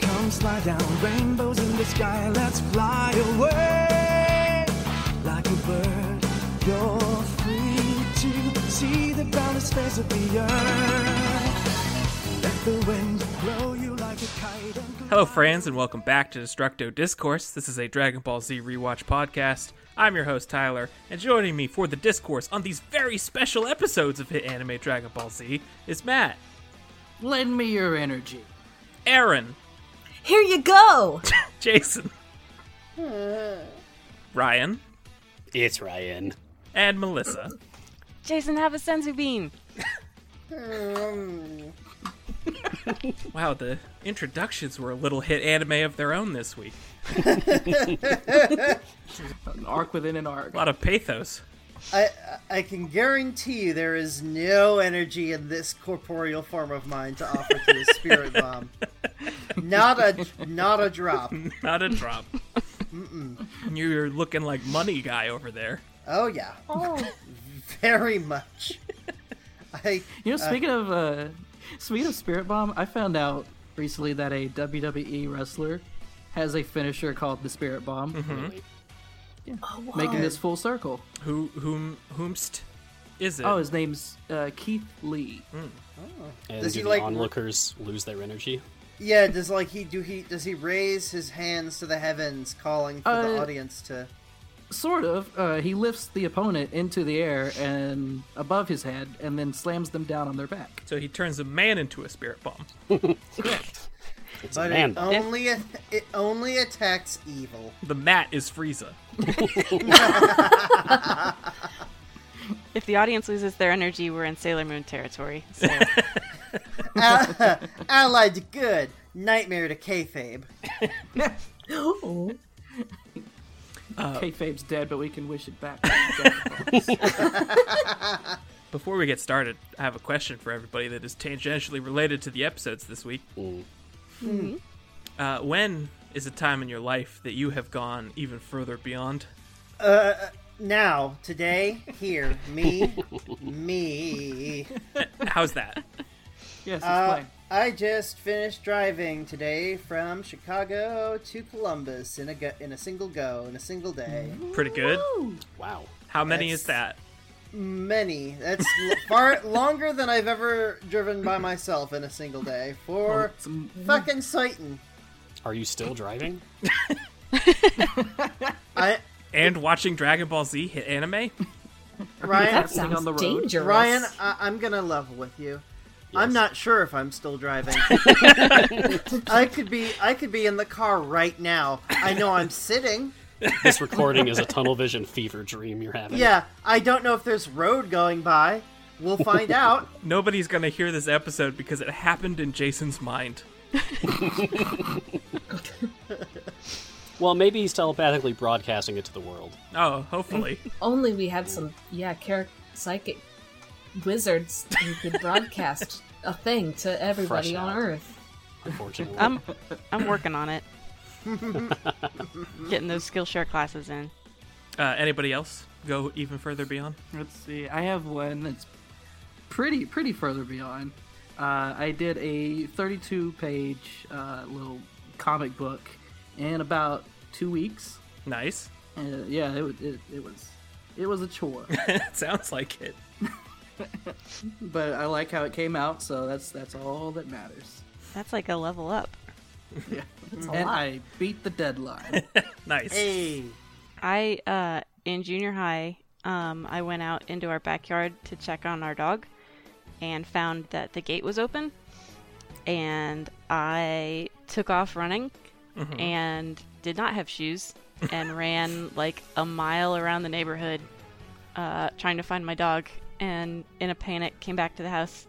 Come slide down, rainbows in the sky, let's fly away like a bird. You're free to see the boundless face of the earth. Let the wind blow you like a kite. And Hello, friends, and welcome back to Destructo Discourse. This is a Dragon Ball Z rewatch podcast. I'm your host, Tyler, and joining me for the discourse on these very special episodes of Hit Anime Dragon Ball Z is Matt, Lend me your energy. Aaron, Here you go. Jason, Ryan, It's Ryan. and Melissa. Jason, have a senzu bean. Wow, the introductions were a little hit anime of their own this week. An arc within an arc. A lot of pathos. I I can guarantee you there is no energy in this corporeal form of mine to offer to the spirit bomb. Not a not a drop. Not a drop. You're looking like money guy over there. Oh yeah, Oh, very much. I You know, speaking of uh, speaking of Spirit Bomb, I found out recently that a WWE wrestler has a finisher called the Spirit Bomb, making this full circle. Who whom whomst is it? Oh, his name's uh, Keith Lee. And Does do he the like- onlookers lose their energy? yeah. Does like he do he does he raise his hands to the heavens, calling for the Uh, audience to? Sort of. Uh, he lifts the opponent into the air and above his head, and then slams them down on their back. so he turns a man into a spirit bomb. It's a But um, man it bomb. only it only attacks evil. The mat is Frieza. If the audience loses their energy, we're in Sailor Moon territory. So Allied to good, nightmare to kayfabe. Kayfabe's dead, but we can wish it back. Before we get started, I have a question for everybody that is tangentially related to the episodes this week. Uh, when is a time in your life that you have gone even further beyond? Now today here me me. How's that? yes, Uh, explain. I just finished driving today from Chicago to Columbus in a go- in a single go in a single day. Pretty good. Wow. How many is that? That's- Many. That's l- far longer than I've ever driven by myself in a single day. For fucking Satan. Are you still driving? I And watching Dragon Ball Z hit anime? Ryan that sounds on the road. dangerous. Ryan, I- I'm gonna level with you. I'm Yes. not sure if I'm still driving. I could be. I could be in the car right now. I know I'm sitting. This recording is a tunnel vision fever dream you're having. Yeah, I don't know if there's road going by. We'll find out. Nobody's gonna hear this episode because it happened in Jason's mind. Well, maybe he's telepathically broadcasting it to the world. Oh, hopefully. only we had some yeah, char- psychic wizards who could broadcast a thing to everybody Fresh on out. Earth. Unfortunately, I'm I'm working on it. Getting those Skillshare classes in. Uh, anybody else go even further beyond? Let's see. I have one that's pretty pretty further beyond. Uh, I did a 32 page uh, little comic book in about two weeks. Nice. And yeah, it, wa- it, it was it was a chore, Sounds like it. but I like how it came out. So that's that's all that matters. That's like a level up. That's a And lot. I beat the deadline. Nice. Hey, I uh in junior high, um, I went out into our backyard to check on our dog and found that the gate was open and I took off running and did not have shoes and ran like a mile around the neighborhood uh, trying to find my dog and in a panic came back to the house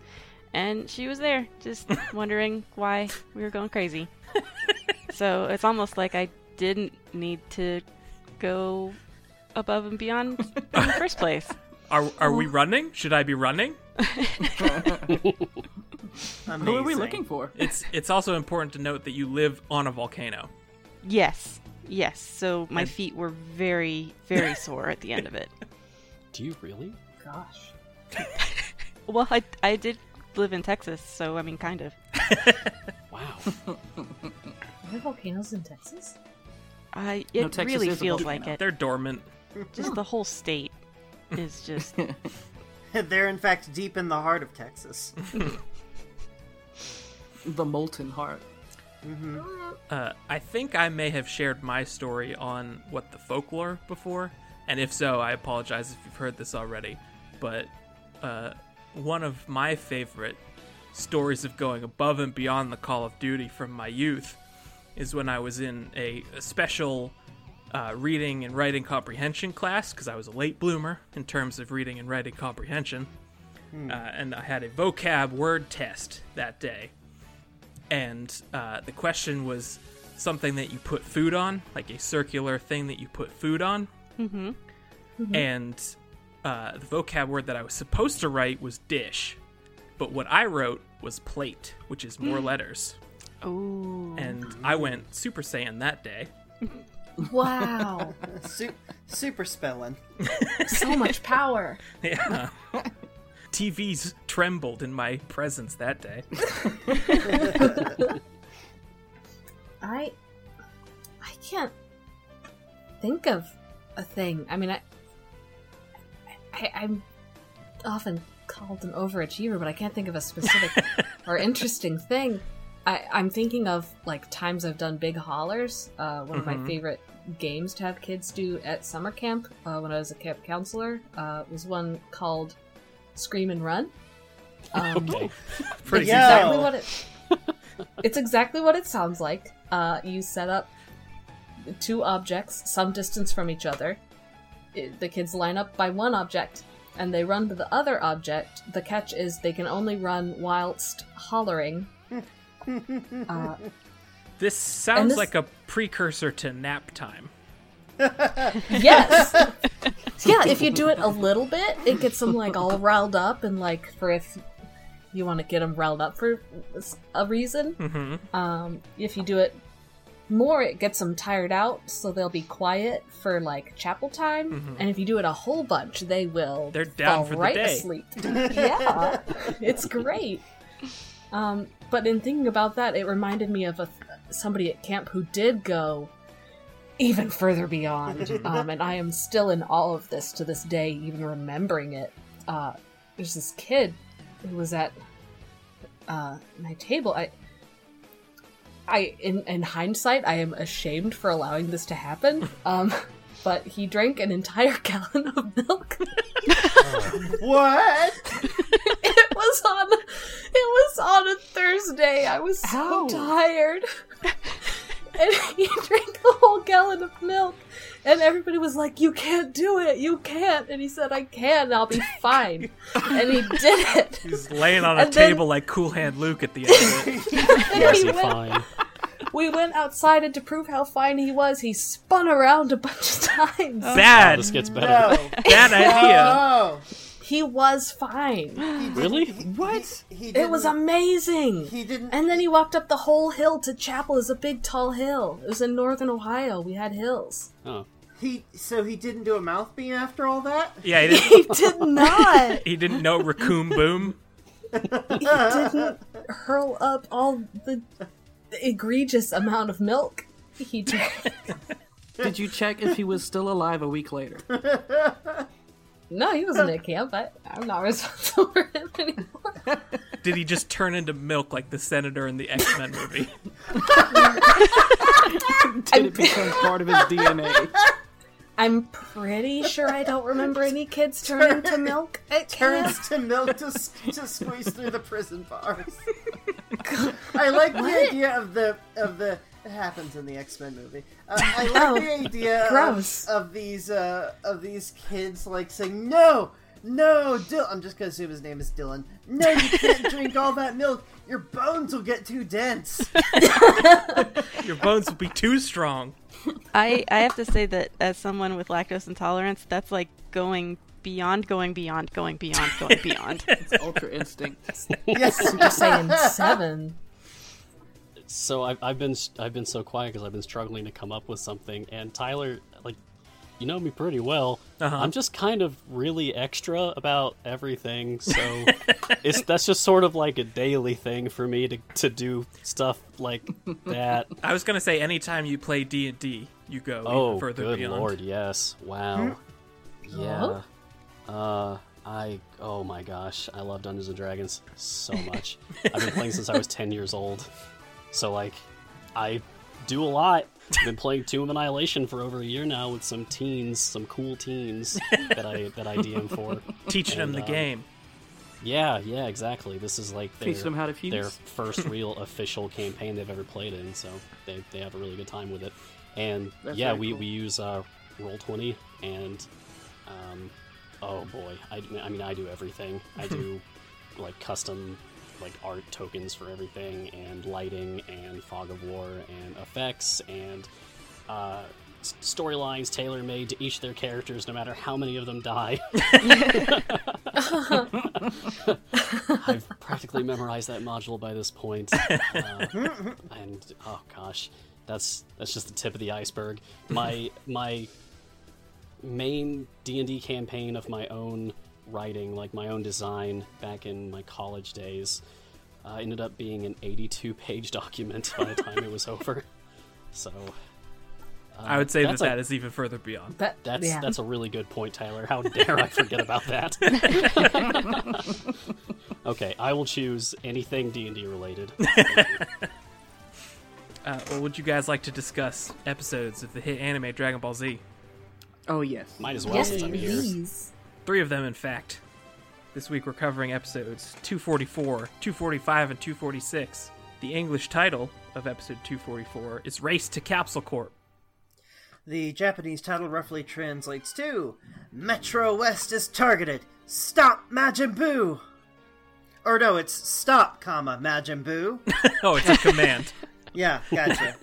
and she was there just wondering why we were going crazy so it's almost like i didn't need to go above and beyond in the first place Are are we running? Should I be running? Amazing. Who are we looking for? It's it's also important to note that you live on a volcano. Yes, yes. So my feet were very, very sore at the end of it. Do you really? Gosh. Well, I, I did live in Texas, so I mean, kind of. Wow. Are there volcanoes in Texas? I No, it Texas really is a feels volcano. like it. They're dormant. Just the whole state is just They're in fact deep in the heart of Texas. The molten heart. Uh, I think I may have shared my story on what the folklore before, and if so, I apologize if you've heard this already. But uh, one of my favorite stories of going above and beyond the Call of Duty from my youth is when I was in a, a special uh, reading and writing comprehension class because I was a late bloomer in terms of reading and writing comprehension. Uh, and I had a vocab word test that day and uh, the question was something that you put food on, like a circular thing that you put food on. Mm-hmm. And uh, the vocab word that I was supposed to write was dish, but what I wrote was plate, which is more letters. oh And I went Super Saiyan that day. Wow. Su- super spelling. so much power. Yeah. TVs trembled in my presence that day. I I can't think of a thing. I mean, I, I I'm often called an overachiever, but I can't think of a specific or interesting thing. I, I'm thinking of like times I've done big haulers. Uh, one of my favorite games to have kids do at summer camp uh, when I was a camp counselor uh, was one called Scream and Run. Um, Okay. Pretty it's Yeah. exactly Yo. what it. it's exactly what it sounds like. Uh, you set up two objects some distance from each other. I- the kids line up by one object, and they run to the other object. The catch is they can only run whilst hollering. Uh, This sounds this- like a precursor to nap time. yes. yeah, if you do it a little bit, it gets them like all riled up, and like for if you want to get them riled up for s- a reason. Mm-hmm. Um, if you do it more, it gets them tired out, so they'll be quiet for like chapel time. And if you do it a whole bunch, they will. Mm-hmm. They're down fall for the right day. asleep. yeah, it's great. Um, but in thinking about that, it reminded me of a, somebody at camp who did go even further beyond. um, and I am still in all of this to this day, even remembering it. Uh, there's this kid who was at uh, my table. I, I in, in hindsight, I am ashamed for allowing this to happen. Um, but he drank an entire gallon of milk. What? it was on, it was on a Thursday. I was so Ow. tired, and he drank a whole gallon of milk. And everybody was like, "You can't do it, you can't." And he said, "I can. I'll be fine." and he did it. He's laying on a And then- table like Cool Hand Luke at the end of it. Then Is he he went fine? We went outside, and to prove how fine he was, he spun around a bunch of times. Oh, Bad, this gets better. No. bad idea. Oh, He was fine. Really? what? He, he It was didn't- amazing. He didn't. And then he walked up the whole hill to Chapel. It's a big, tall hill. It was in northern Ohio. We had hills. Oh. He so he didn't do a mouth beat after all that. Yeah, he didn't, He did not. he didn't know Raccoon Boom. he didn't hurl up all the egregious amount of milk he drank. Did you check if he was still alive a week later? No, he wasn't at camp. I, I'm not responsible for him anymore. Did he just turn into milk like the senator in the X Men movie? Did it become part of his DNA? I'm pretty sure I don't remember any kids turning to milk at camp. turns to milk to, s- to squeeze through the prison bars. I like the idea of the of the it happens in the X Men movie. Uh, I like the idea gross. of, of these uh, of these kids like saying no. No, Dil- I'm just gonna assume his name is Dylan. No, you can't drink all that milk. Your bones will get too dense. Your bones will be too strong. I, I have to say that as someone with lactose intolerance, that's like going beyond going beyond going beyond going beyond. Ultra Instinct. Yes. Super Saiyan 7. So I've, I've been I've been so quiet because I've been struggling to come up with something. And Tyler, like, you know me pretty well. Uh-huh. I'm just kind of really extra about everything. So it's that's just sort of like a daily thing for me to to do stuff like that. I was gonna say anytime you play D and D, you go oh, even further good beyond. Hmm? lord, yes! Wow, Oh, yeah. Uh, I oh my gosh, I love Dungeons and Dragons so much. I've been playing since I was ten years old, so like, I do a lot. I've been playing Tomb of Annihilation for over a year now with some teens, some cool teens that I that I DM for. Teaching them And, the um, game. Yeah, yeah, exactly. This is like their, Teach them how to fuse. their first real official campaign they've ever played in, so they, they have a really good time with it. And That's yeah, very we, cool. we use uh, Roll20, and um, oh boy, I, I mean, I do everything. I do like custom like art tokens for everything, and lighting, and fog of war, and effects, and uh, s- storylines tailor made to each of their characters, no matter how many of them die. I've practically memorized that module by this point, uh, and oh gosh, that's that's just the tip of the iceberg. My my main D and D campaign of my own writing, like my own design, back in my college days, uh, ended up being an 82 page document by the time it was over. So I would say that Uh, that's a- that is even further beyond. That, that's yeah. that's a really good point, Tyler. How dare I forget about that? okay, I will choose anything D and D related. Uh, what would you guys like to discuss episodes of the hit anime Dragon Ball Z? Oh yes. Might as well yes, since I'm here. please. Three of them, in fact. This week we're covering episodes 244, 245, and 246. The English title of episode 244 is Race to Capsule Corp. The Japanese title roughly translates to Metro West is targeted. Stop Majin Buu. Or no, it's stop, comma Majin Buu. Oh, it's a command. Yeah, gotcha.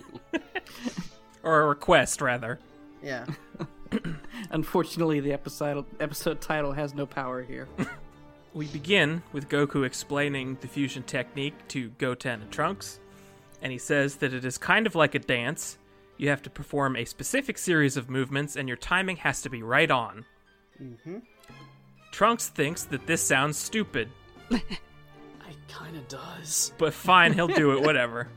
Or a request, rather. Yeah. Unfortunately, the episode episode title has no power here. We begin with Goku explaining the fusion technique to Goten and Trunks, and he says that it is kind of like a dance. You have to perform a specific series of movements, and your timing has to be right on. Mm-hmm. Trunks thinks that this sounds stupid, It kind of does. but fine, he'll do it, whatever.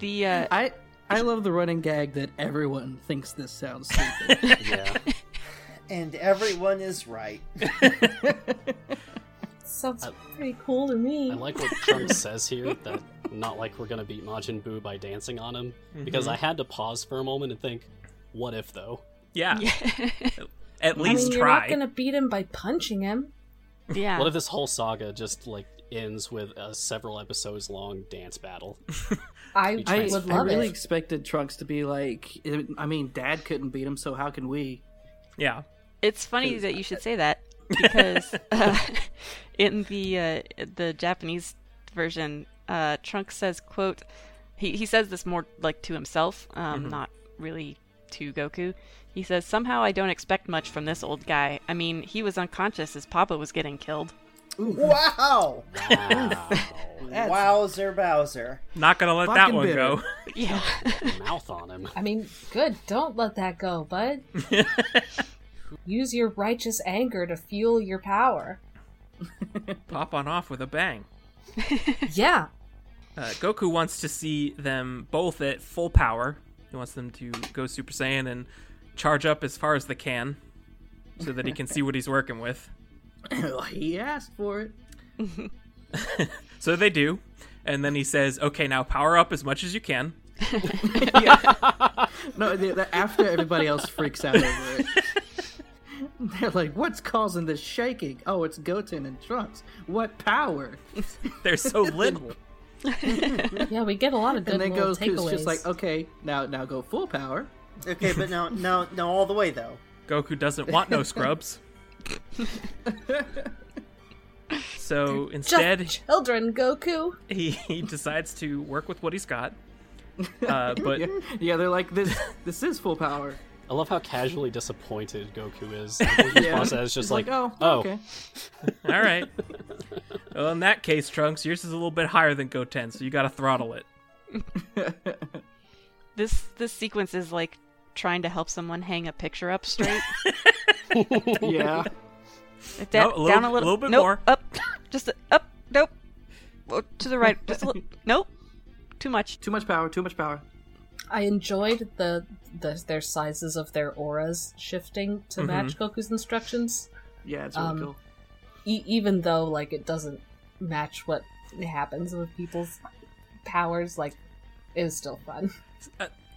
The uh, I I love the running gag that everyone thinks this sounds stupid. Yeah. And everyone is right. Sounds pretty cool to me. I like what Trunks says here that not like we're going to beat Majin Buu by dancing on him because I had to pause for a moment and think, what if though? Yeah. At I least mean, you're try. not gonna beat him by punching him. yeah, What if this whole saga just like ends with a several episodes long dance battle? I, I- would I love really it. expected Trunks to be like, I mean, Dad couldn't beat him, so how can we? Yeah. it's funny that you should say that because uh, in the uh, the Japanese version, uh, Trunks says, "quote he, he says this more like to himself, um, Mm-hmm. not really to Goku. He says, "Somehow I don't expect much from this old guy. I mean, he was unconscious as Papa was getting killed." Wow! Wow. Wowzer Bowser. Not gonna let that Fucking one bitter. go. Yeah. Mouth on him. I mean, good. Don't let that go, bud. Use your righteous anger to fuel your power. Pop on off with a bang. Yeah, Uh, Goku wants to see them both at full power. He wants them to go Super Saiyan and charge up as far as they can so that he can see what he's working with. he asked for it. So they do. And then he says, okay, now power up as much as you can. No, the, the, after everybody else freaks out over it. They're like, what's causing this shaking? Oh, it's Goten and Trunks. What power? There's so little. yeah. We get a lot of good And then little Goku's takeaways. just like, "Oh, okay, now now go full power. Okay, but no, no, no, all the way though. Goku doesn't want no scrubs. So Just instead, children, Goku. he, he decides to work with what he's got. Uh, but Yeah, they're like, this this is full power. I love how casually disappointed Goku is. Like, his response is just like, oh, oh, okay. All right. well, in that case, Trunks, yours is a little bit higher than Goten, so you got to throttle it. This this sequence is like trying to help someone hang a picture up straight. Yeah. Da- No, a little- down a little, little bit nope, more. Up, just a, up. Nope. Or To the right. Just a little, nope. Too much. Too much power. Too much power. I enjoyed the, the their sizes of their auras shifting to Mm-hmm. match Goku's instructions, Yeah, it's really Um, cool. e- even though like it doesn't match what happens with people's powers. Like it was still fun.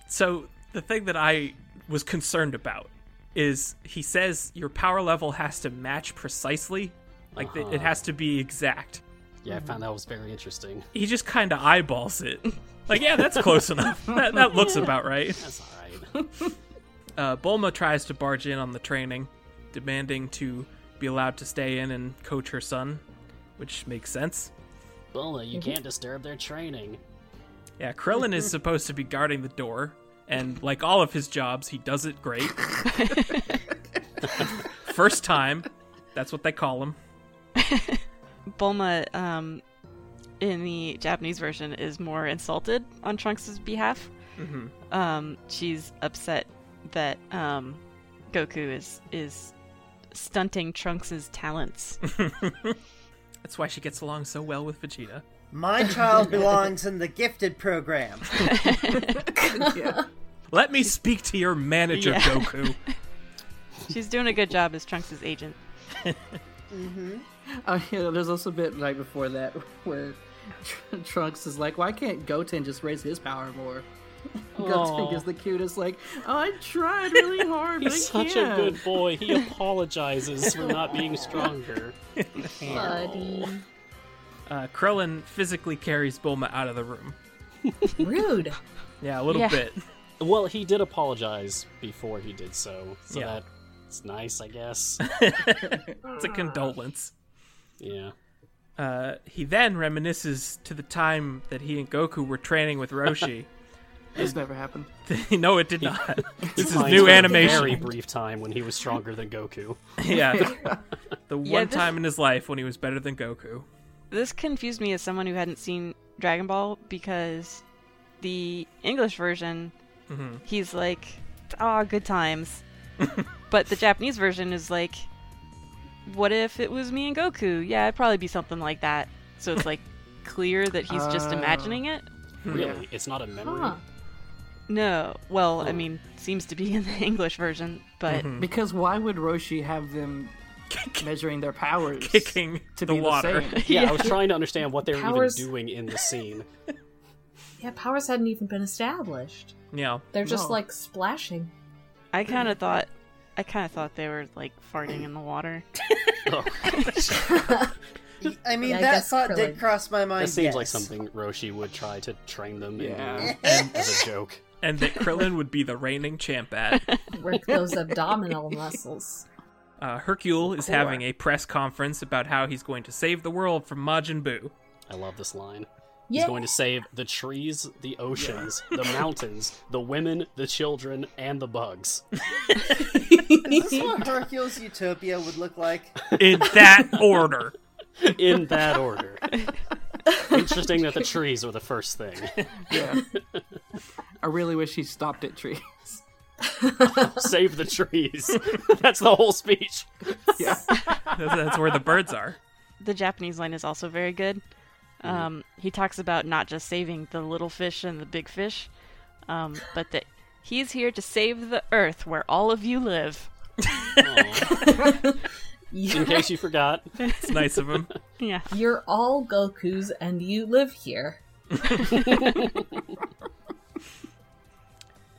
So the thing that I was concerned about is he says your power level has to match precisely, like th- it Uh-huh. has to be exact. yeah. I found that was very interesting. He just kind of eyeballs it. Like, yeah, that's close enough. That, that looks about right. That's all right. Uh, Bulma tries to barge in on the training, demanding to be allowed to stay in and coach her son, which makes sense. Bulma, you can't disturb their training. Yeah, Krillin is supposed to be guarding the door, and like all of his jobs, he does it great. First time, that's what they call him. Bulma, um, in the Japanese version, is more insulted on Trunks' behalf. Um, she's upset that um, Goku is is stunting Trunks' talents. That's why she gets along so well with Vegeta. My child belongs in the gifted program. Let me speak to your manager, Yeah. Goku. she's doing a good job as Trunks' agent. Oh, yeah, there's also a bit right before that where Tr- Trunks is like, "Why can't Goten just raise his power more?" Goten is the cutest. Like, oh, I tried really hard, but He's I such can't. a good boy. He apologizes for not being stronger. Buddy, Uh, Krillin physically carries Bulma out of the room. rude. Yeah, a little Yeah. bit. Well, he did apologize before he did so, so Yeah. that it's nice, I guess. It's a condolence. yeah. Uh, he then reminisces to the time that he and Goku were training with Roshi. This never happened. no, it did not. this is Finds new a animation. Very brief time when he was stronger than Goku. Yeah. The one this- time in his life when he was better than Goku. This confused me as someone who hadn't seen Dragon Ball because the English version, he's like, ah, good times. but the Japanese version is like, what if it was me and Goku? Yeah, it'd probably be something like that. So it's like clear that he's just Oh. imagining it. Hmm. Really? It's not a memory? Huh. No, well, I mean, seems to be in the English version, but Because why would Roshi have them measuring their powers? Kicking to the be water. The same? Yeah, I was trying to understand what they were Powers- even doing in the scene. Yeah, powers hadn't even been established. Yeah. They're just No. like splashing. I kind of thought, I kind of thought they were like farting in the water. I mean, Yeah, I that guess thought Krillin. did cross my mind. That seems like yes. something Roshi would try to train them Yeah. in as a joke. And that Krillin would be the reigning champ at. Work those abdominal muscles. Uh, Hercule is having a press conference about how he's going to save the world from Majin Buu. I love this line. Yeah, He's going to save the trees, the oceans, the mountains, the women, the children, and the bugs. Is this what Hercules Utopia would look like? In that order. In that order. Interesting that the trees were the first thing. Yeah. I really wish he stopped at trees. Save the trees. That's the whole speech. Yeah. That's, that's where the birds are. the Japanese line is also very good. Um, he talks about not just saving the little fish and the big fish, um, but that he's here to save the earth where all of you live. In case you forgot, It's nice of him. Yeah. you're all Goku's, and you live here.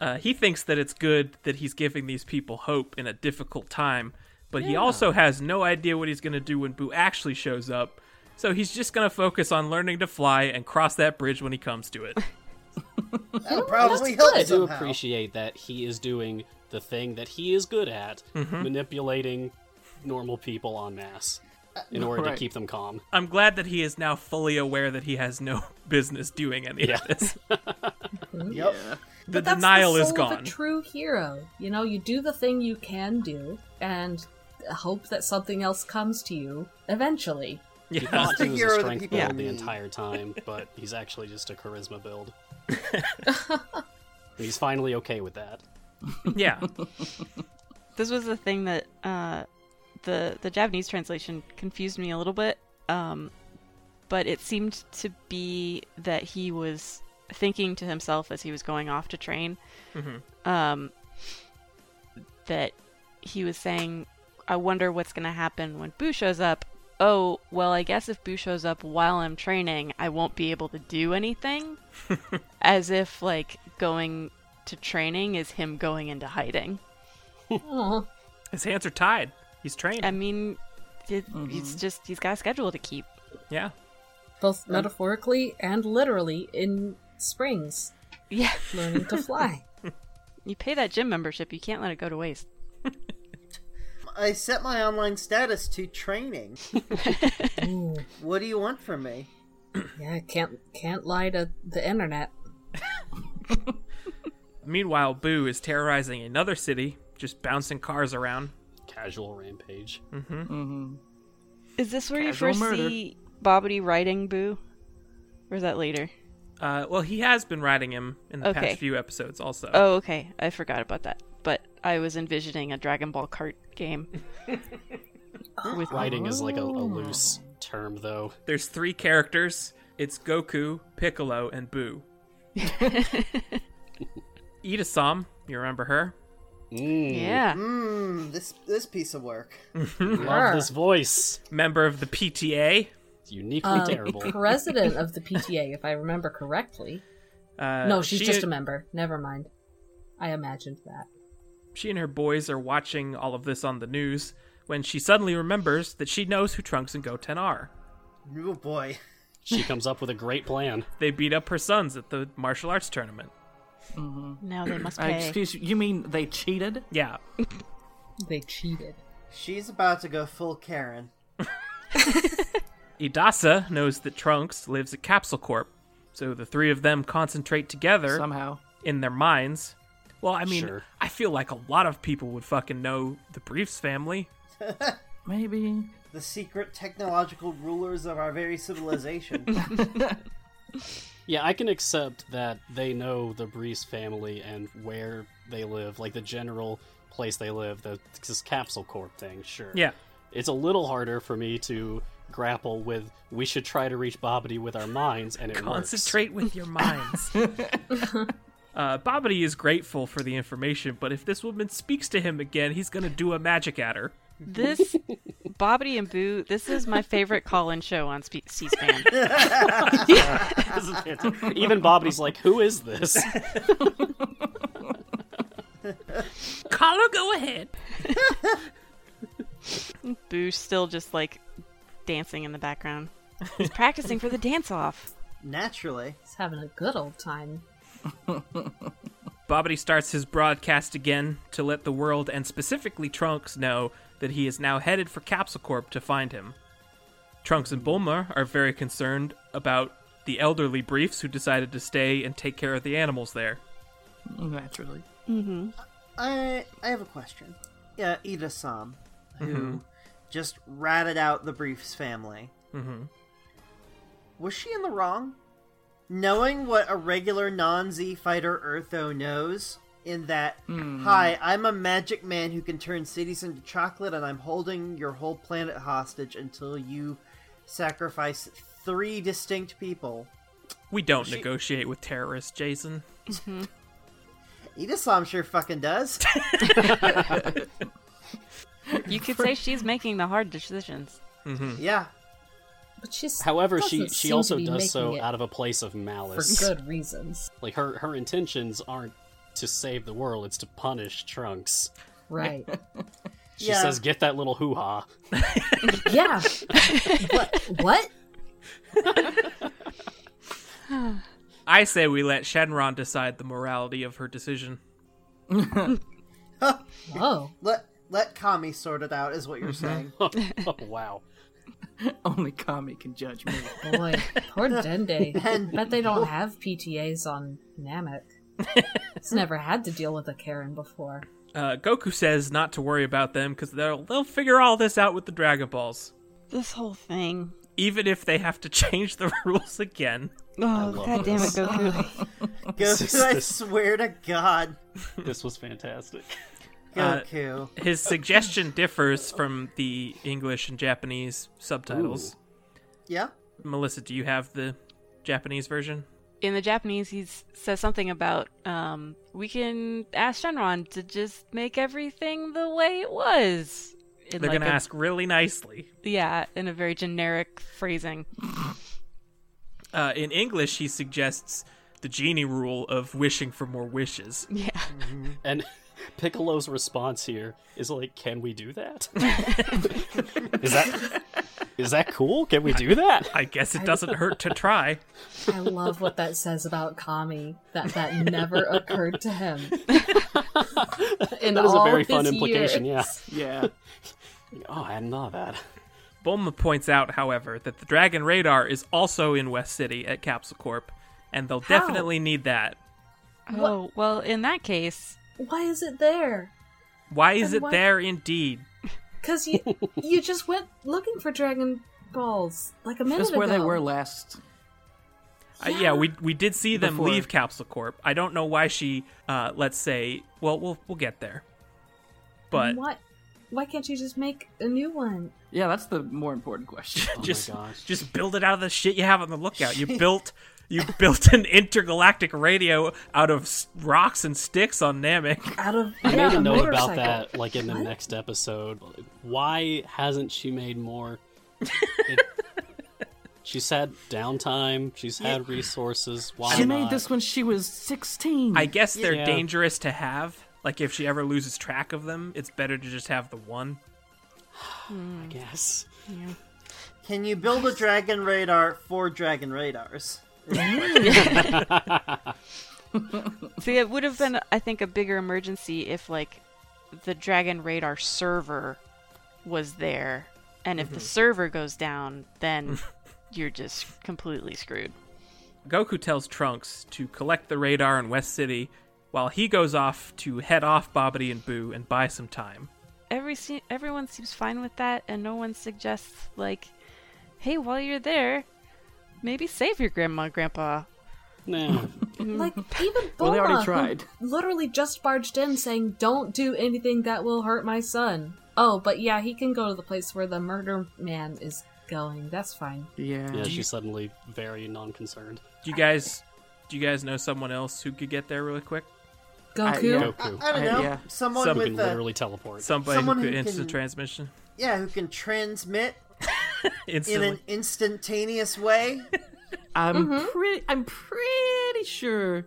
Uh, he thinks that it's good that he's giving these people hope in a difficult time, but he also has no idea what he's going to do when Boo actually shows up. So he's just going to focus on learning to fly and cross that bridge when he comes to it. That'll probably that's help I do somehow. appreciate that he is doing the thing that he is good at manipulating normal people en masse Uh, in order Right. to keep them calm. I'm glad that he is now fully aware that he has no business doing any Yeah. of this. Yep. Yeah. The but that's denial the is soul Of gone. a true hero, you know, you do the thing you can do and hope that something else comes to you eventually. He yeah. thought the he was a hero that strength people build the need. entire time, but he's actually just a charisma build. and he's finally okay with that. yeah. This was the thing that uh, the the Japanese translation confused me a little bit, um, but it seemed to be that he was thinking to himself as he was going off to train um, that he was saying, "I wonder what's going to happen when Boo shows up." Oh, well, I guess if Boo shows up while I'm training, I won't be able to do anything. as if like going to training is him going into hiding. Aw. His hands are tied. He's trained. I mean, it, it's just he's got a schedule to keep. yeah. Both metaphorically and literally in springs, Yeah, learning to fly. you pay that gym membership, you can't let it go to waste. I set my online status to training. Ooh, What do you want from me? yeah, can't can't lie to the internet. Meanwhile, Boo is terrorizing another city, just bouncing cars around. Casual rampage. Is this where Casual you first murder. see Bobbity riding Boo, or is that later? Uh, well, he has been riding him in the Okay. past few episodes, also. Uh. Oh, okay, I forgot about that. But I was envisioning a Dragon Ball cart game. Oh. With Riding is like a, a loose term, though. There's three characters. It's Goku, Piccolo, and Boo. Ida Sam, you remember her? Mm, yeah, Mm-hmm. Mmm, this this piece of work. Mm, Love this voice. Member of the PTA. It's uniquely Um, terrible. President of the PTA, if I remember correctly. Uh, no, she's she just a and- member. Never mind. I imagined that. She and her boys are watching all of this on the news when she suddenly remembers that she knows who Trunks and Goten are. Oh boy. She comes up with a great plan. They beat up her sons at the martial arts tournament. now they must Uh, pay. excuse you, you mean they cheated? Yeah. They cheated. She's about to go full Karen. Idasa knows that Trunks lives at Capsule Corp, so the three of them concentrate together Somehow. in their minds. Well, I mean, Sure. I feel like a lot of people would fucking know the Briefs family. Maybe. The secret technological rulers of our very civilization. Yeah, I can accept that they know the Brees family and where they live, like the general place they live, the this capsule corp thing, sure. Yeah. It's a little harder for me to grapple with we should try to reach Bobbity with our minds and it Concentrate with your minds. uh, Bobbity is grateful for the information, but if this woman speaks to him again, he's going to do a magic at her. This Bobbity and Boo. This is my favorite call-in show on Sp- C-SPAN. works. This is fantastic. Even Bobbity's like, who is this? Carlo, go ahead. Boo's still just like dancing in the background. He's practicing for the dance off. Naturally. He's having a good old time. Bobbity starts his broadcast again to let the world and specifically Trunks know that he is now headed for Capsule Corp to find him. Trunks and Bulma are very concerned about the elderly briefs who decided to stay and take care of the animals there. Mm, Naturally. I I have a question. Yeah, Ida Sam, who Mm-hmm. just ratted out the Briefs family. Mm-hmm. Mhm. Was she in the wrong? Knowing what a regular non Z fighter Eartho knows, in that, Hmm. hi, I'm a magic man who can turn cities into chocolate, and I'm holding your whole planet hostage until you sacrifice three distinct people. We don't negotiate with terrorists, Jason. Ida Sam sure fucking does. You could say she's making the hard decisions. yeah. But she's However, she, doesn't she seem to also be does making so it out of a place of for malice. good reasons. Like her her intentions aren't to save the world, it's to punish Trunks. Right. She Yeah. says, get that little hoo ha. yeah. what? what? I say we let Shenron decide the morality of her decision. Whoa. Let let Kami sort it out, is what you're saying. oh, wow. Only Kami can judge me. Boy, poor Dende. And- Bet they don't have PTAs on Namek. it's never had to deal with a Karen before. Uh, Goku says not to worry about them because they'll they'll figure all this out with the Dragon Balls, This whole thing. even if they have to change the rules again. Oh, love God damn it, this. Goku. is Goku, I this- swear to God, This was fantastic. Uh, Goku. His suggestion differs from the English and Japanese subtitles. yeah, Melissa, do you have the Japanese version? In the Japanese, he says something about um, we can ask Shenron to just make everything the way it was. In They're like gonna a- ask really nicely. Yeah, in a very generic phrasing. Uh, in English, he suggests the genie rule of wishing for more wishes. Yeah. And Piccolo's response here is like, "Can we do that? is that is that cool? Can we do that?" I guess it doesn't hurt to try. I love what that says about Kami. That that never occurred to him. In That is a all very of fun his implication, years. yeah. yeah. Oh, I hadn't thought of that. Bulma points out, however, that the Dragon Radar is also in West City at Capsule Corp, and they'll How? definitely need that. Oh, well, in that case, Why is it there? Why is And it why- there indeed? Because you you just went looking for Dragon Balls like a minute That's where ago. they were last. Uh, yeah, we we did see them Before. leave Capsule Corp. I don't know why she, uh, let's say, well, we'll we'll get there. But why why can't you just make a new one? Yeah, that's the more important question. Oh just my gosh. just build it out of the shit you have on the lookout. You built you built an intergalactic radio out of s- rocks and sticks on Namek. Out of I yeah, made a a note motorcycle. about that, like in the What? next episode. Why hasn't she made more? It, she's had downtime. She's had resources. Why She not? made this when she was 16. I guess they're Yeah. dangerous to have. Like if she ever loses track of them, it's better to just have the one. I guess. Can you build a dragon radar for dragon radars? see, it would have been, I think, a bigger emergency if, like, the Dragon Radar server was there. And if the Mm-hmm. server goes down, then you're just completely screwed. Goku tells Trunks to collect the radar in West City while he goes off to head off Bobbity and Boo and buy some time. Every se- everyone seems fine with that, and no one suggests, like, hey, while you're there, maybe save your grandma, grandpa. No. Like even Bulma, Well, they already who tried. literally just barged in saying, "Don't do anything that will hurt my son." Oh, but yeah, he can go to the place where the murder man is going. That's fine. Yeah. Yeah, she's suddenly very non-concerned. Do you guys do you guys know someone else who could get there really quick? Goku. yeah. I, Goku, I don't I- know. yeah. Someone Some who with can a literally teleport. Somebody Someone who could who instant can- transmission yeah who can transmit in instantly. an instantaneous way. I'm pretty. I'm pretty sure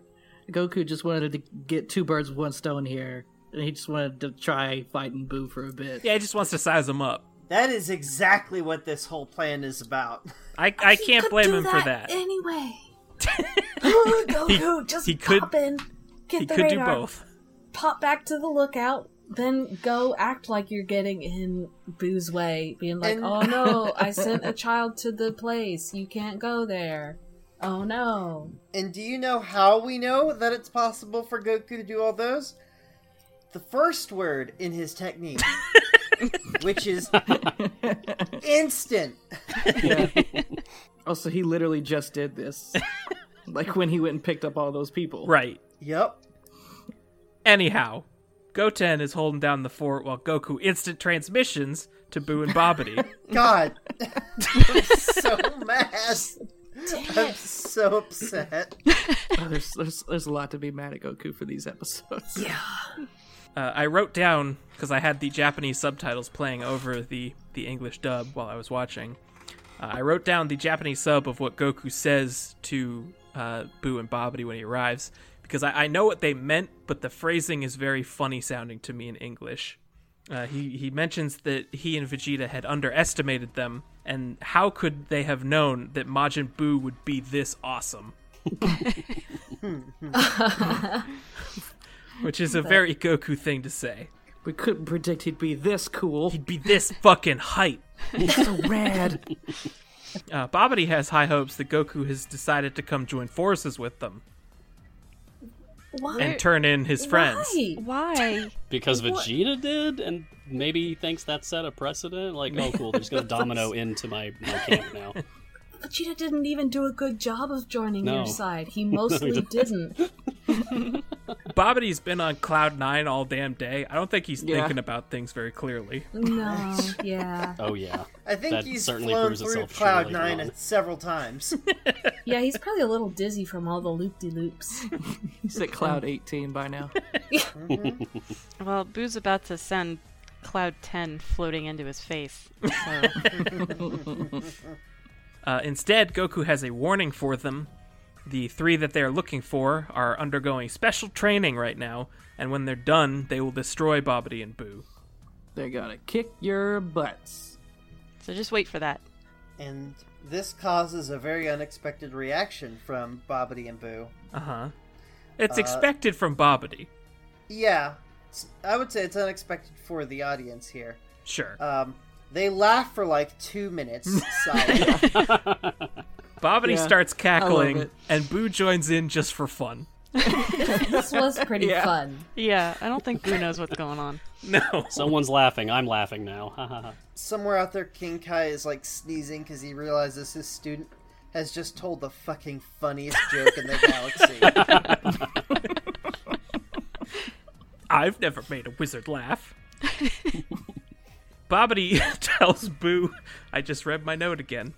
Goku just wanted to get two birds with one stone here, and he just wanted to try fighting Boo for a bit. yeah, he just wants to size them up. That is exactly what this whole plan is about. I, I Oh, He can't could blame do him for that. Anyway, Goku, just he could- pop in, get He the could radar, do both. pop back to the lookout, then go act like you're getting in Boo's way, being like, And- "Oh no, I sent a child to the place. You can't go there." Oh no. And do you know how we know that it's possible for Goku to do all those? The first word in his technique, which is instant. Also, he literally just did this, like when he went and picked up all those people. Right. Yep. Anyhow, Goten is holding down the fort while Goku instant transmissions to Boo and Bobbity. God. I'm so mad. I'm so upset. Oh, there's, there's there's a lot to be mad at Goku for these episodes. Yeah. uh, I wrote down because I had the Japanese subtitles playing over the the English dub while I was watching. Uh, I wrote down the Japanese sub of what Goku says to uh, Boo and Bobbity when he arrives because I, I know what they meant, but the phrasing is very funny sounding to me in English. Uh, he he mentions that he and Vegeta had underestimated them, and how could they have known that Majin Buu would be this awesome? Which is a very Goku thing to say. We couldn't predict he'd be this cool. He'd be this fucking hype. He's so rad. Uh, Babidi has high hopes that Goku has decided to come join forces with them Why? and turn in his friends. Why? Why? Because Vegeta did, and maybe he thinks that set a precedent. Like, oh, cool, there's gonna domino into my, my camp now. Vegeta didn't even do a good job of joining No. your side. He mostly didn't. Bobity's been on cloud nine all damn day. I don't think he's Yeah. thinking about things very clearly. No, yeah. Oh yeah, I think That he's certainly flown proves through itself Cloud surely Nine wrong. a- several times. Yeah, he's probably a little dizzy from all the loop de loops. He's at Cloud 18 by now. Well, Boo's about to send Cloud 10 floating into his face. So, Uh, instead, Goku has a warning for them. The three that they're looking for are undergoing special training right now, and when they're done, they will destroy Bobbity and Boo. They're gonna kick your butts. so just wait for that. and this causes a very unexpected reaction from Bobbity and Boo. Uh huh. Uh, It's expected from Bobbity. Yeah, it's- I would say it's unexpected for the audience here. Sure. uh, Um, they laugh for like two minutes solid. Bobbity yeah, starts cackling, it. and Boo joins in just for fun. This was pretty fun. Yeah, I don't think Boo knows what's going on. No. someone's laughing. I'm laughing now. Ha, ha, ha. Somewhere out there, King Kai is like sneezing because he realizes his student has just told the fucking funniest joke in the galaxy. I've never made a wizard laugh. Bobbity tells Boo, I just read my note again.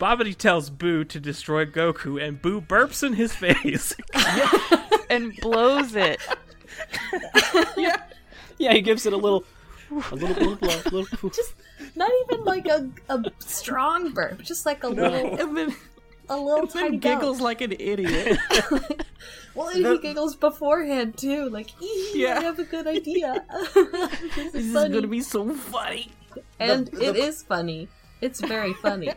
Bobbity tells Boo to destroy Goku, and Boo burps in his face. And blows it. Yeah, he gives it a little, a little blow, blow, little. Not even like a, a strong burp, just like a little And then, a little then tiny giggles like an idiot. Well, and he giggles beforehand too, like, "Ee, Yeah. I have a good idea. this this is is funny. gonna be so funny. and the- it is funny. It's very funny.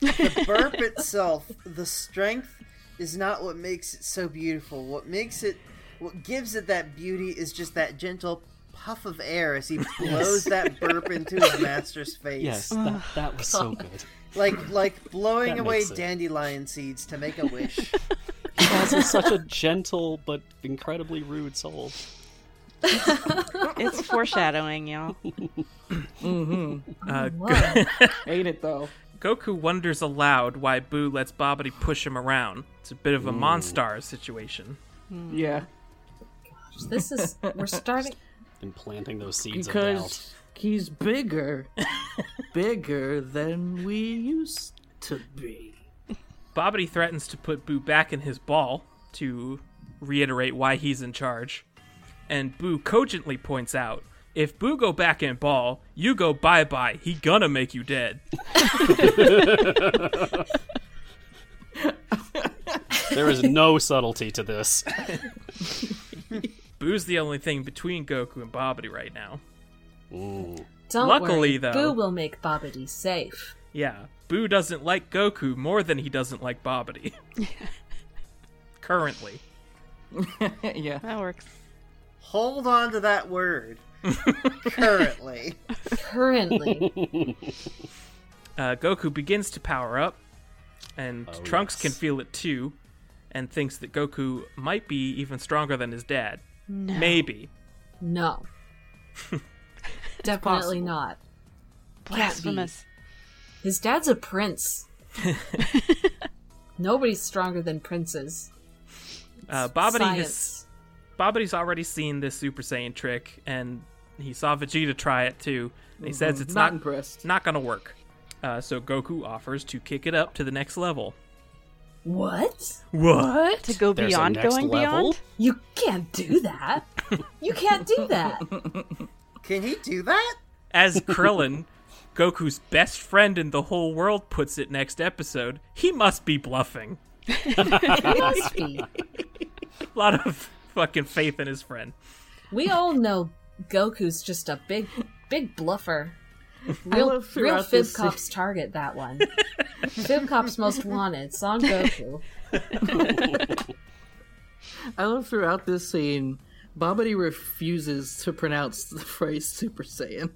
the burp itself, the strength is not what makes it so beautiful. What makes it, what gives it that beauty is just that gentle puff of air as he blows that burp into his master's face. Yes, that, that was so good. Like like blowing That away makes it. dandelion seeds to make a wish. Kaz is such a gentle but incredibly rude soul. It's foreshadowing, y'all. Whoa. Ain't it though? Goku wonders aloud why Boo lets Bobbity push him around. It's a bit of a Monstar situation. Yeah. This is we're starting And planting those seeds of Because he's bigger. bigger than we used to be. Bobbity threatens to put Boo back in his ball to reiterate why he's in charge. And Boo cogently points out, if Boo go back in ball, you go bye bye. He gonna make you dead. doubt. There is no subtlety to this. Boo's the only thing between Goku and Bobbity right now. Mm. Don't Luckily, worry, though- Boo will make Bobbity safe. Yeah, Boo doesn't like Goku more than he doesn't like Bobbity. Currently. yeah. That works. Hold on to that word. Currently. Currently, Uh, Goku begins to power up, and Oh, Trunks yes. can feel it too, and thinks that Goku might be even stronger than his dad. Maybe. no. Definitely not. Blasphemous. His dad's a prince. Nobody's stronger than princes. Uh, Bobbity has, Science. Bobbity's already seen this Super Saiyan trick, and he saw Vegeta try it too. And he says it's not not impressed. not gonna work. Uh, so Goku offers to kick it up to the next level. What? What? To go There's a beyond next going level? beyond? You can't do that. You can't do that. Can he do that? As Krillin, Goku's best friend in the whole world, puts it next episode, he must be bluffing. It must be. A lot of fucking faith in his friend. We all know Goku's just a big, big bluffer. I Real, love throughout real Fib this se- Cops target that one. Fib Cops most wanted. Son Goku. I love throughout this scene Bobbity refuses to pronounce the phrase Super Saiyan.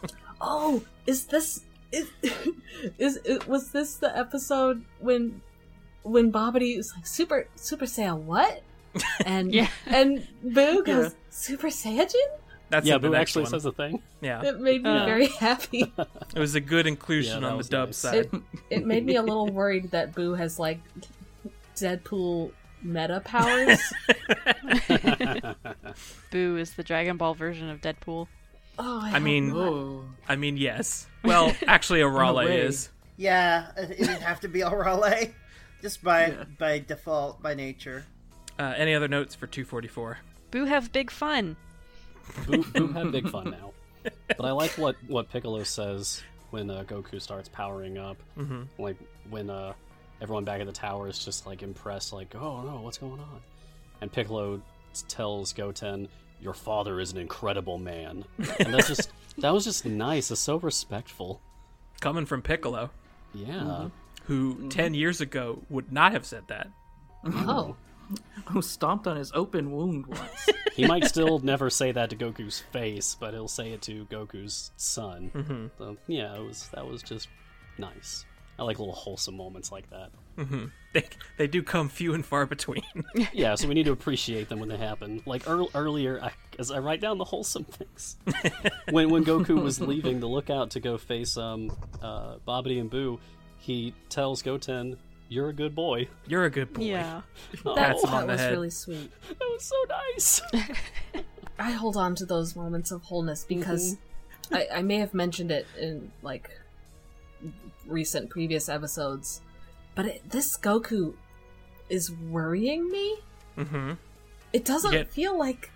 Oh, is this is, is is was this the episode when when Bobbity was like super super saiyan what? And Yeah. and Boo goes super saiyajin. That's yeah, in the Boo next actually one. says the thing. yeah, It made me Yeah. very happy. it was a good inclusion Yeah, that on the was dub nice. side. It it made me a little worried that Boo has like Deadpool meta powers. Boo is the Dragon Ball version of Deadpool. Oh, I mean, Whoa. I mean, yes. Well, actually, Arale way. is. Yeah, it- it'd have to be all Raleigh. Just by Yeah. by default, by nature. Uh, any other notes for 244? Boo have big fun. Boo, Boo had big fun now. But I like what, what Piccolo says when uh, Goku starts powering up. Mm-hmm. Like when uh, everyone back at the tower is just like impressed, like, oh no, what's going on? And Piccolo t- tells Goten, "Your father is an incredible man," and that's just that was just nice. It's so respectful. Coming from Piccolo, Yeah, who 10 years ago would not have said that. oh, Who stomped on his open wound once. he might still never say that to Goku's face, but he'll say it to Goku's son. So yeah, it was that was just nice. I like little wholesome moments like that. They, they do come few and far between. Yeah, so we need to appreciate them when they happen. Like ear earlier, I, as I write down the wholesome things, when when Goku was leaving the lookout to go face um uh, Bobbity and Boo, he tells Goten, "You're a good boy." You're a good boy. Yeah. Pats oh, him on the that was head. really sweet. that was so nice. I hold on to those moments of wholeness Mm-hmm. because I, I may have mentioned it in like recent previous episodes, but it, this Goku is worrying me. hmm It doesn't Get- feel like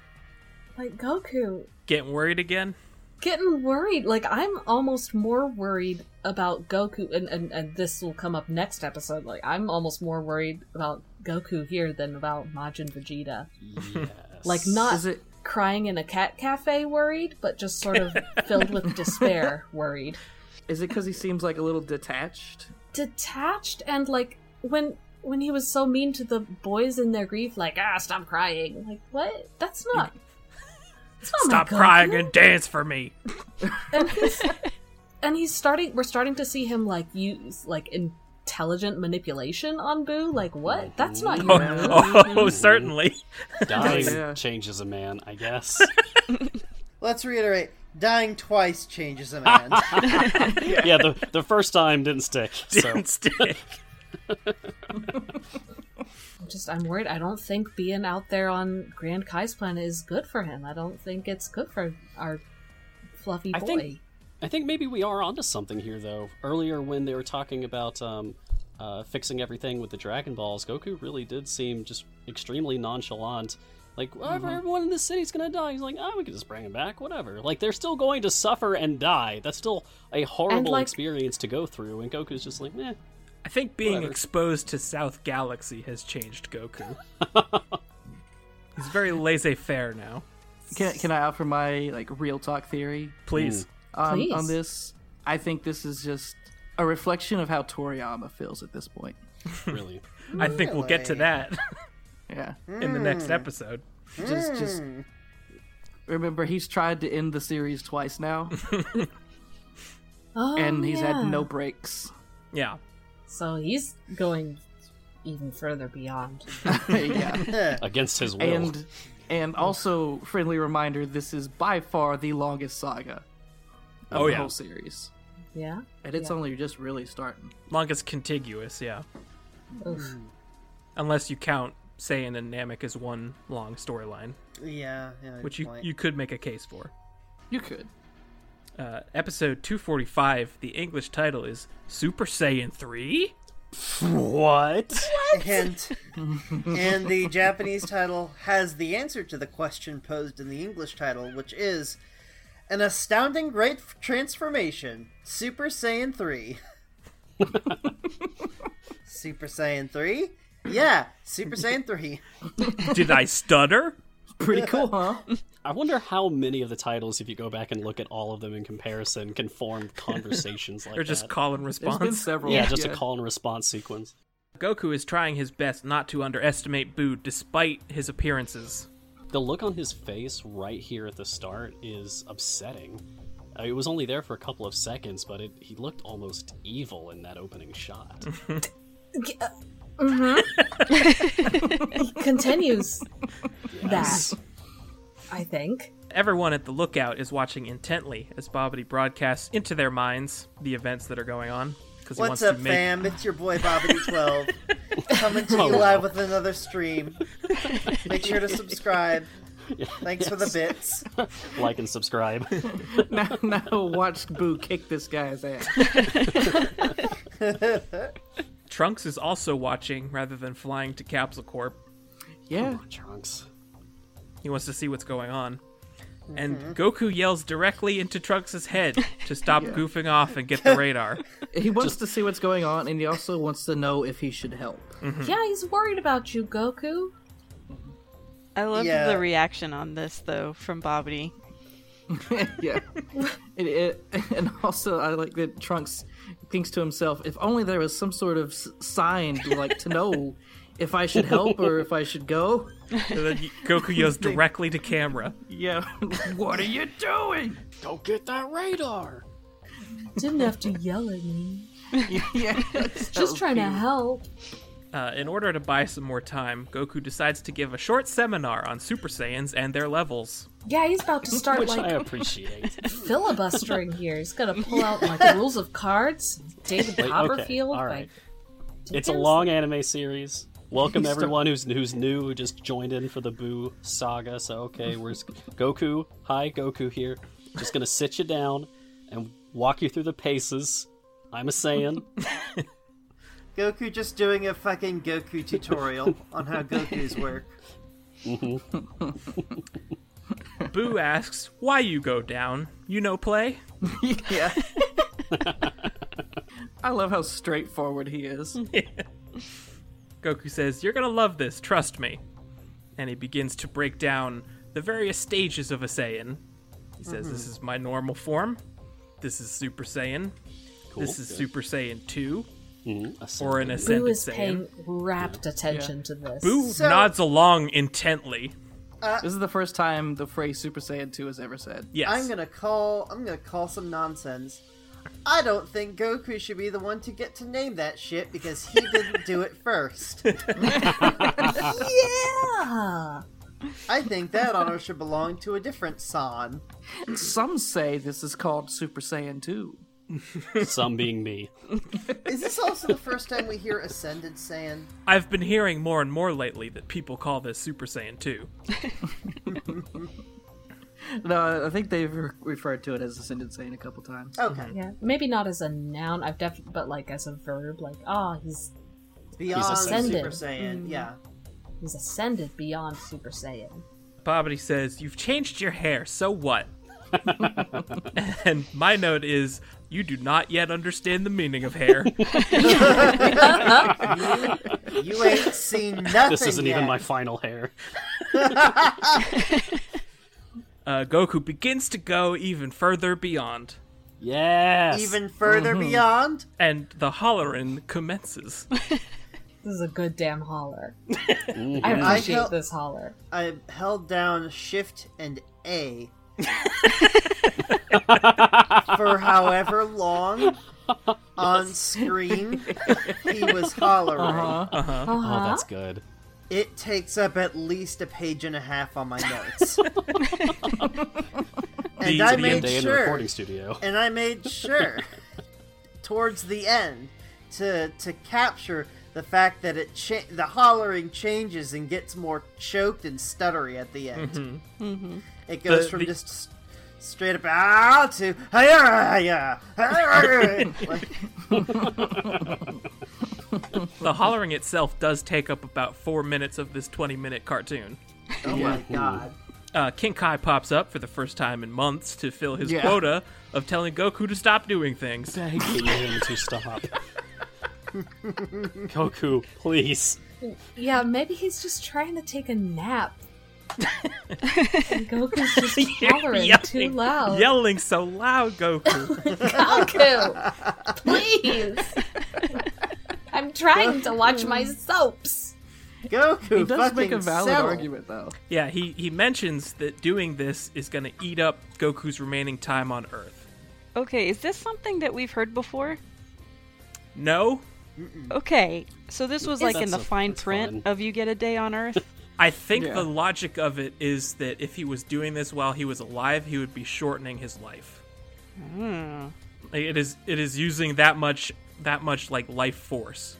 like Goku Getting worried again? getting worried. Like I'm almost more worried about Goku, and, and and this will come up next episode. Like I'm almost more worried about Goku here than about Majin Vegeta. yes. Like not Is it crying in a cat cafe worried, but just sort of filled with despair worried. is it because he seems like a little detached? Detached and like when when he was so mean to the boys in their grief, like ah, stop crying. Like what? That's not. That's not Stop Oh my crying Goku. and dance for me. and he's and he's starting. We're starting to see him like use like intelligent manipulation on Boo. Like what? That's not you. Oh, oh, certainly. dying Yeah. changes a man, I guess. Let's reiterate: dying twice changes a man. yeah, the the first time didn't stick. So Didn't stick. Just I'm worried. I don't think being out there on Grand Kai's planet is good for him. I don't think it's good for our fluffy I boy. think- I think maybe we are onto something here, though. Earlier, when they were talking about um, uh, fixing everything with the Dragon Balls, Goku really did seem just extremely nonchalant. Like, well, everyone in this city's gonna die. He's like, oh, we can just bring him back, whatever. Like, they're still going to suffer and die. That's still a horrible like- experience to go through. And Goku's just like, eh. I think being Whatever. exposed to South Galaxy has changed Goku. He's very laissez faire now. Can, can I offer my like real talk theory Please. on, Please. on this? I think this is just a reflection of how Toriyama feels at this point. Really? Hmm. I think we'll get to that Yeah. in the Hmm. next episode. Just just Hmm. remember he's tried to end the series twice now Oh, and he's had yeah. no breaks. Yeah. So he's going even further beyond. yeah. Against his will. And and also friendly reminder this is by far the longest saga of Oh, the yeah. whole series. Yeah. And it's only just really starting. Longest contiguous, yeah. Hmm. Oof. Unless you count Saiyan and Namek as one long storyline, yeah, yeah. good which you, point. you could make a case for. You could. Uh, episode 245, the English title is Super Saiyan 3? what? hint. and the Japanese title has the answer to the question posed in the English title, which is an astounding great f- transformation. Super Saiyan 3. Super Saiyan 3? Yeah, Super Saiyan 3. Did I stutter? Pretty cool, huh? I wonder how many of the titles, if you go back and look at all of them in comparison, can form conversations like Or just that. call and There's been response? several. yeah, just a call and response sequence. Goku is trying his best not to underestimate Boo despite his appearances. the look on his face right here at the start is upsetting. Uh, It was only there for a couple of seconds, but it, he looked almost evil in that opening shot. Mm-hmm. Continues Yes. that. I think. Everyone at the lookout is watching intently as Bobbity broadcasts into their minds the events that are going on because he What's wants up, to make fam? It's your boy Bobbity12 coming to Oh, you wow. live with another stream. Make sure to subscribe. Thanks for the bits. like and subscribe. now, now watch Boo kick this guy's ass. Trunks is also watching rather than flying to Capsule Corp. Yeah. Trunks. He wants to see what's going on. And Mm-hmm. Goku yells directly into Trunks' head to stop goofing off and get the radar. He wants to see what's going on, and he also wants to know if he should help. Yeah, he's worried about you, Goku. I loved Yeah. the reaction on this though from Bobbity. yeah. It, it, and also, I like that Trunks thinks to himself, if only there was some sort of s- sign, like, to know if I should help or if I should go. And then y- Goku yells directly to camera. Yeah. what are you doing? Go get that radar! Didn't have to yell at me. yeah. Just trying to help. Uh, in order to buy some more time, Goku decides to give a short seminar on Super Saiyans and their levels. Yeah, he's about to start Which I like appreciate. filibustering here. He's gonna pull out like rules of cards, David Like, okay, Copperfield. all like, right. It's a Yes. long anime series. Welcome everyone who's who's new, who just joined in for the Boo saga. So okay, where's Goku? Hi, Goku here. Just gonna sit you down and walk you through the paces. I'm a Saiyan. Goku just doing a fucking Goku tutorial on how Goku's work. Boo asks, Why you go down? You know play? Yeah. I love how straightforward he is. Goku says, You're gonna love this, trust me. And he begins to break down the various stages of a Saiyan. He says, Mm-hmm. This is my normal form. This is Super Saiyan. Cool. This is good. Super Saiyan 2, Mhm, a or an Saiyan. Ascended Boo is Saiyan. paying rapt attention to this. Boo So- nods along intently. This is the first time the phrase Super Saiyan 2 is ever said. Yes. I'm gonna call. I'm gonna call some nonsense. I don't think Goku should be the one to get to name that shit because he didn't do it first. Yeah. I think that honor should belong to a different San. Some say this is called Super Saiyan 2. Some being me. Is this also the first time we hear Ascended Saiyan? I've been hearing more and more lately that people call this Super Saiyan 2. No, I think they've re- referred to it as Ascended Saiyan a couple times. Okay, Yeah. Maybe not as a noun, I've def but like as a verb, like, ah, he's beyond Super ascended. Saiyan. Yeah. he's ascended beyond Super Saiyan. Bobbity says, You've changed your hair, so what? and my note is, You do not yet understand the meaning of hair. You ain't seen nothing. This isn't yet. even my final hair. uh, Goku begins to go even further beyond, Yes. Even further beyond. and the hollering commences. This is a good damn holler. I I appreciate felt- this holler. I held down Shift and A for however long on screen he was hollering. Oh, that's good. It takes up at least a page and a half on my notes. and The- I the Day made in the sure. recording studio. And I made sure towards the end to to capture the fact that it cha- the hollering changes and gets more choked and stuttery at the end. Mm-hmm. It Mm-hmm. goes The- from the- just s- straight up ah to ah, hiya hiya, hiya. ah, Like, the hollering itself does take up about four minutes of this 20 minute cartoon. oh my god. Uh, King Kai pops up for the first time in months to fill his Yeah. quota of telling Goku to stop doing things. Begging him to stop. Goku, please. Yeah, maybe he's just trying to take a nap. and Goku's just hollering too loud. Yelling so loud, Goku. Goku, please. I'm trying to watch my soaps. Goku He does fucking make a valid settled. argument, though. Yeah, he, he mentions that doing this is going to eat up Goku's remaining time on Earth. Okay, is this something that we've heard before? No, Okay, so this was like in That's the a- fine that's print fine. of you get a day on Earth. I think Yeah. the logic of it is that if he was doing this while he was alive, he would be shortening his life. Like, It is it is using that much that much like life force.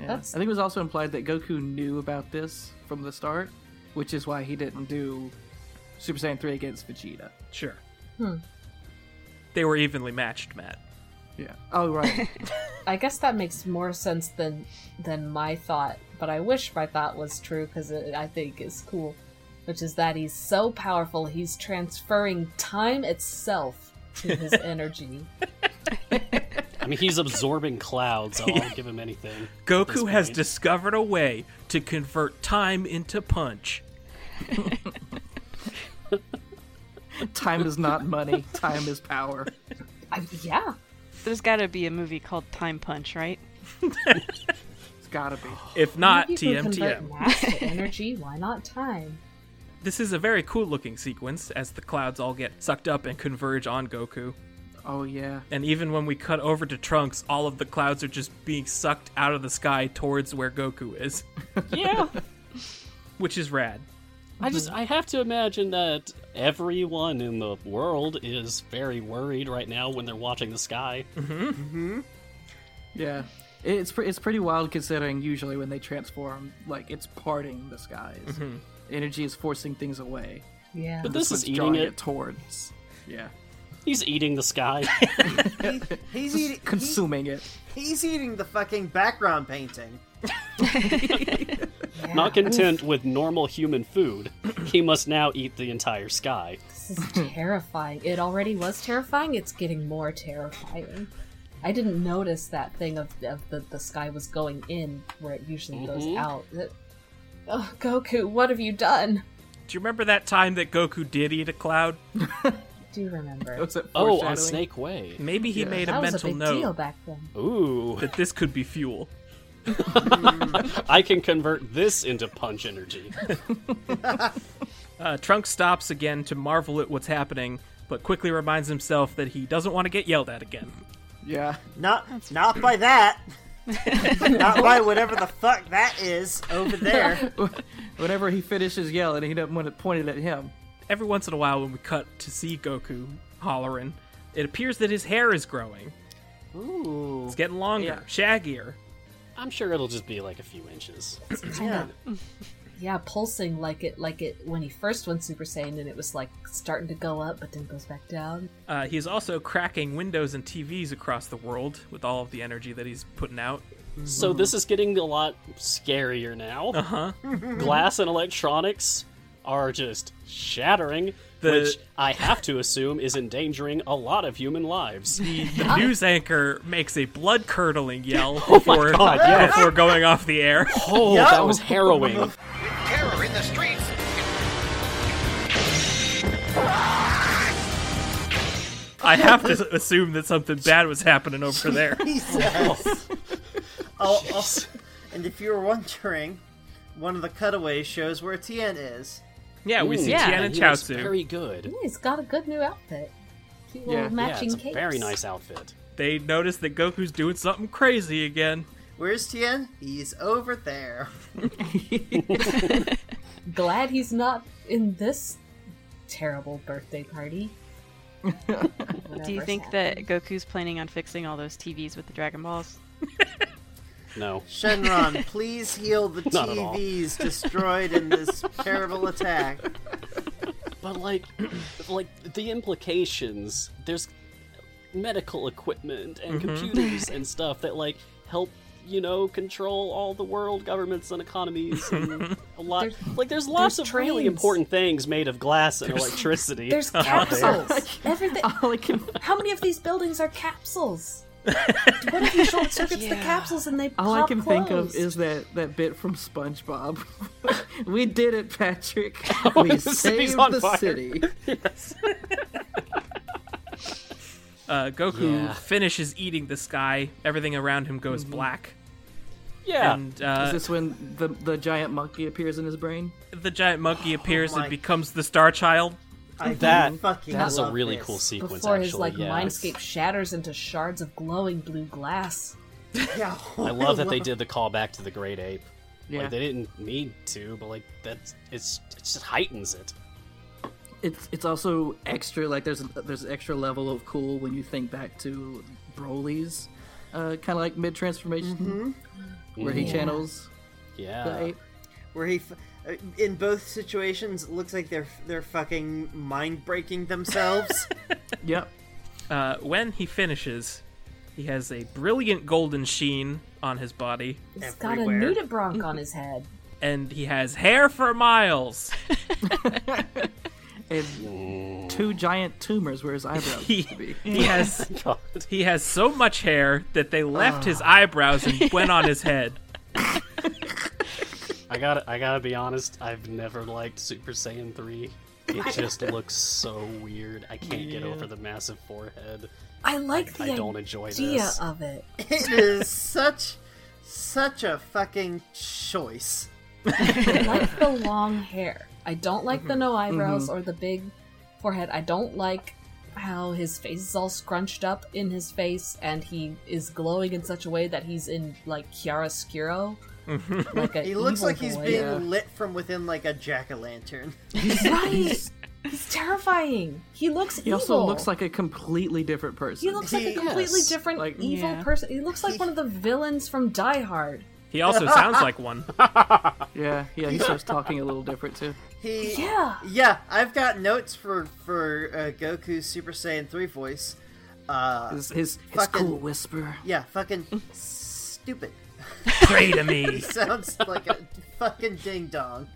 That's I think it was also implied that Goku knew about this from the start, which is why he didn't do Super Saiyan 3 against Vegeta. Sure. They were evenly matched, Matt. Yeah. Oh, right. I guess that makes more sense than than my thought, but I wish my thought was true because I think is cool, which is that he's so powerful he's transferring time itself to his energy. I mean, he's absorbing clouds. I'll, I'll give him anything. Goku has point. discovered a way to convert time into punch. Time is not money, time is power. I, yeah, There's got to be a movie called Time Punch, right? It's gotta be. If Ah, not, Maybe if we convert TMTM. mass to energy. Why not time? This is a very cool looking sequence as the clouds all get sucked up and converge on Goku. Oh, yeah. And even when we cut over to Trunks, all of the clouds are just being sucked out of the sky towards where Goku is, Yeah. which is rad. I just I have to imagine that everyone in the world is very worried right now when they're watching the sky. Yeah. It's, pre- it's pretty wild considering usually when they transform, like, it's parting the skies. Energy is forcing things away. Yeah, But Mm-hmm. this, is It's eating drawing it. it towards. Yeah. He's eating the sky. He- he's eating. he- Consuming it. he's eating the fucking background painting. Not content with normal human food, he must now eat the entire sky. this is terrifying. It already was terrifying. It's getting more terrifying. I didn't notice that thing of, of the the sky was going in where it usually Mm-hmm. goes out. That- Oh, Goku, what have you done? Do you remember that time that Goku did eat a cloud? do you remember. What's that Oh, on foreshadowing? Snake Way. Maybe he made a That was a mental big note deal back then. Mm. Oh, Ooh, that this could be fuel. I can convert this into punch energy. Uh, Trunks stops again to marvel at what's happening, but quickly reminds himself that he doesn't want to get yelled at again. Yeah. Not not by that. not by whatever the fuck that is over there. Whenever he finishes yelling, he doesn't want it pointed at him. Every once in a while, when we cut to see Goku hollering, it appears that his hair is growing. Ooh. It's getting longer, Yeah. shaggier. I'm sure it'll just be like a few inches. Yeah. Yeah, pulsing like it like it when he first went Super Saiyan and it was like starting to go up but then goes back down. Uh, he's also cracking windows and TVs across the world with all of the energy that he's putting out. So this is getting a lot scarier now. Uh Uh-huh. huh. Glass and electronics are just shattering, The- which I have to assume is endangering a lot of human lives. The, the news anchor makes a blood curdling yell before, Oh God, yes. before going off the air. Oh, that was harrowing. Terror in the streets. I have to assume that something bad was happening over there. Jesus. oh, oh. And if you were wondering, one of the cutaways shows where Tien is. Yeah, we see Yeah, Tian and he looks Chaozu. Very good. Yeah, he's got a good new outfit. Cute little Yeah. Yeah, Yeah, matching it's a capes. very nice outfit. They notice that Goku's doing something crazy again. Where's Tien? He's over there. Glad he's not in this terrible birthday party. Do you think that Goku's planning on fixing all those TVs with the Dragon Balls? No. Shenron, please heal the Not at all. TVs destroyed in this terrible attack. But like, like the implications. There's medical equipment and computers and stuff that like help you know control all the world governments and economies and a lot There's- like there's lots there's of really trains. important things made of glass and electricity there's out there. capsules? Everything. All I can, How many of these buildings are capsules? what if you short circuits the capsules and they all I pop can think of closed? is that, that bit from SpongeBob. we did it, Patrick. We The city's saved on the fire. city. Uh, Goku Yeah. Uh, finishes eating the sky. Everything around him goes black. Mm-hmm. Yeah. And uh, Is this when the the giant monkey appears in his brain? the giant oh monkey appears my- and becomes the Star Child. I That- fucking That is a love really this. cool sequence, Before actually. his like yeah. mindscape shatters into shards of glowing blue glass. Yeah, I love that they did the callback to the Great Ape. Yeah, Like they didn't need to, but like that's it's it just heightens it. it's it's also extra like there's there's an extra level of cool when you think back to Broly's, uh, kind of like mid transformation where he channels Yeah. the ape. where he, f- uh, in both situations, it looks like they're they're fucking mind breaking themselves. Yep. Uh, when he finishes, he has a brilliant golden sheen on his body, He's Everywhere. got a nudibranch on his head. and he has hair for miles. And two giant tumors where his eyebrows He, used to be. he has God. he has so much hair that they left his eyebrows and went on his head. I gotta I gotta be honest, I've never liked Super Saiyan 3. It just looks so weird. I can't get over the massive forehead. I like I the don't enjoy idea this. of it. it is such such a fucking choice. I like the long hair. I don't like Mm-hmm. the no eyebrows or the big forehead. I don't like how his face is all scrunched up in his face and he is glowing in such a way that he's in like chiaroscuro. Mm-hmm. like a He looks evil like he's boy. being lit from within like a jack o' lantern. right. He's terrifying. He looks He evil. also looks like a completely different person. he looks like a Yes. completely different Like- evil Yeah. person. He looks like one of the villains from Die Hard. He also sounds like one. yeah, yeah. He starts talking a little different too. He Yeah. yeah. I've got notes for for uh, Goku's Super Saiyan three voice. Uh, His his, his Fucking- cool whisper. yeah, fucking stupid. Pray to me. Sounds like a fucking ding dong.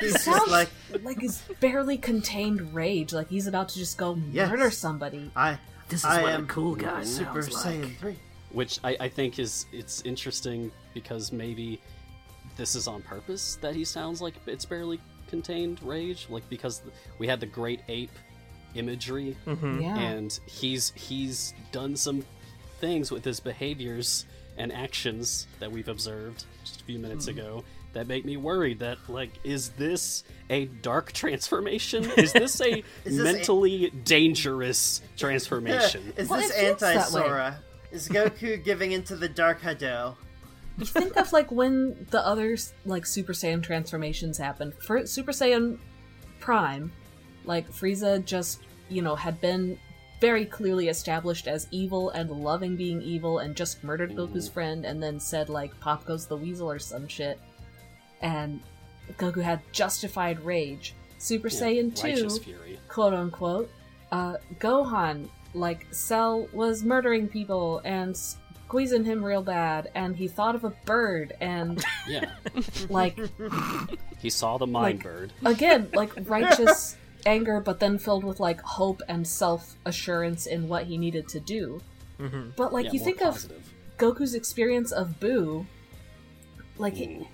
He's just Sounds like like, his barely contained rage, like he's about to just go Yes. murder somebody. I. This is I what a am cool guy Super sounds like. Saiyan three. Which I, I think is it's interesting because maybe this is on purpose that he sounds like it's barely contained rage. Like because we had the Great Ape imagery Mm-hmm. Yeah. and he's he's done some things with his behaviors and actions that we've observed just a few Hmm. minutes ago that make me worried that like is this a dark transformation is this a Is this a- mentally dangerous transformation Is Well, this it feels anti that way. Sora? Is Goku giving into the Dark Hado? You think of like when the other like Super Saiyan transformations happened. For Super Saiyan Prime, like Frieza just, you know, had been very clearly established as evil and loving being evil and just murdered Goku's friend and then said like Pop goes the weasel or some shit. And Goku had justified rage. Super Saiyan 2 righteous fury quote unquote, uh, Gohan, like, Cell was murdering people and squeezing him real bad, and he thought of a bird, and, yeah like, he saw the mind Like- bird again, like, righteous anger, but then filled with, like, hope and self assurance in what he needed to do. But, Mm-hmm. like, yeah, you more think positive. of Goku's experience of Boo, like, he,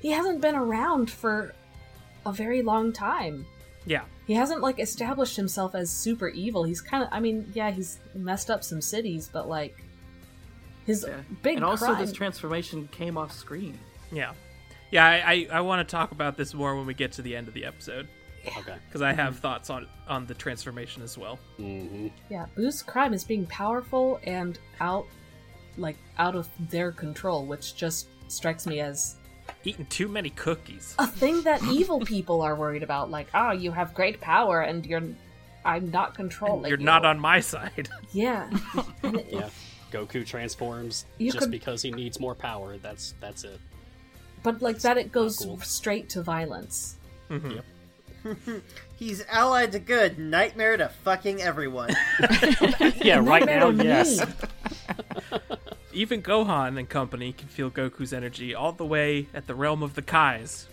he hasn't been around for a very long time. Yeah. He hasn't like established himself as super evil. He's kind of I mean, yeah, he's messed up some cities, but like his Yeah. big and also, crime. this transformation came off screen. Yeah. Yeah, I, I, I want to talk about this more when we get to the end of the episode. okay Because I have thoughts on, on the transformation as well. hmm yeah, Boo's crime is being powerful and out like out of their control, which just strikes me as Eating too many cookies. a thing that evil people are worried about like, "Oh, you have great power and you're I'm not controlling You're you." not on my side. Yeah. And it- yeah goku transforms You just could- because he needs more power that's that's it But like that it goes cool. straight to violence. He's allied to good, nightmare to fucking everyone. yeah right Nightmare now to me. yes Even Gohan and company can feel Goku's energy all the way at the realm of the Kais.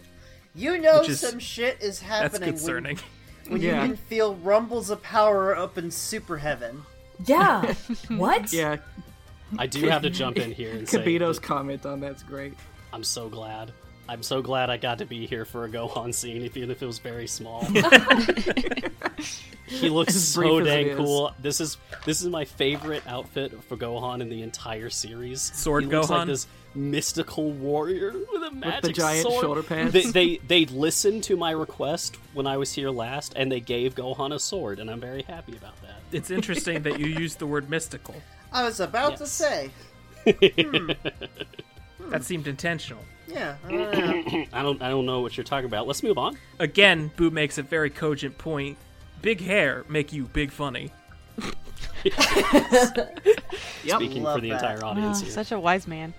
You know Which is- some shit is That's happening concerning. when, when Yeah. you can feel rumbles of power up in super heaven. Yeah. what? Yeah, i do have to jump in here and say Kabito's comment on that's great. I'm so glad. I'm so glad I got to be here for a Gohan scene, even if it was very small. he looks so brief as it dang is. cool. This is this is my favorite outfit for Gohan in the entire series. Sword he looks Like Gohan? this mystical warrior with a magic giant sword. shoulder pads. They, they they listened to my request when I was here last, and they gave Gohan a sword, and I'm very happy about that. It's interesting that you use the word mystical. I was about to Yes. say. That seemed intentional. Yeah. Uh, I don't know. I don't I don't know what you're talking about. Let's move on. Again, Boo makes a very cogent point. Big hair make you big funny. Yep. Speaking Love for the that. entire Oh, audience here. such a wise man.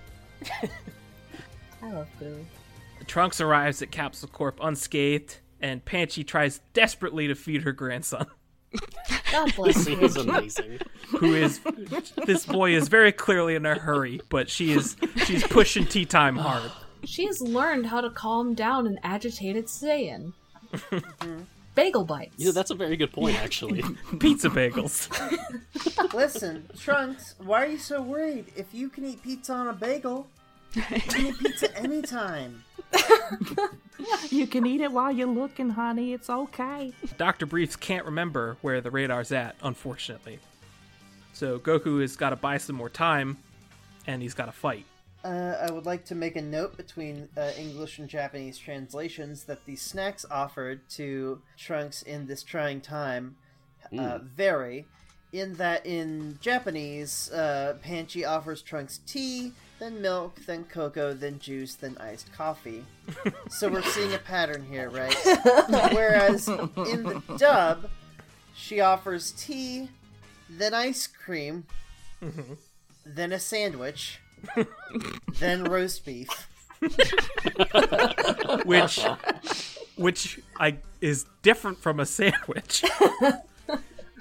I love Boo. Trunks arrives at Capsule Corp unscathed, and Panchi tries desperately to feed her grandson, God bless It you. was amazing. who is this boy is very clearly in a hurry, but she is she's pushing tea time hard. She has learned how to calm down an agitated Saiyan. Mm-hmm. Bagel bites. You know, that's a very good point, actually. Pizza bagels. Listen, Trunks, why are you so worried? If you can eat pizza on a bagel, you can eat pizza anytime. You can eat it while you're looking, honey. It's okay. Dr. Briefs can't remember where the radar's at, unfortunately. So Goku has got to buy some more time, and he's got to fight. Uh, I would like to make a note between uh, English and Japanese translations that the snacks offered to Trunks in this trying time uh, vary. In that, in Japanese, uh, Panchi offers Trunks tea, then milk, then cocoa, then juice, then iced coffee. so we're seeing a pattern here, right? Whereas in the dub, she offers tea, then ice cream, then a sandwich then roast beef. which which I is different from a sandwich.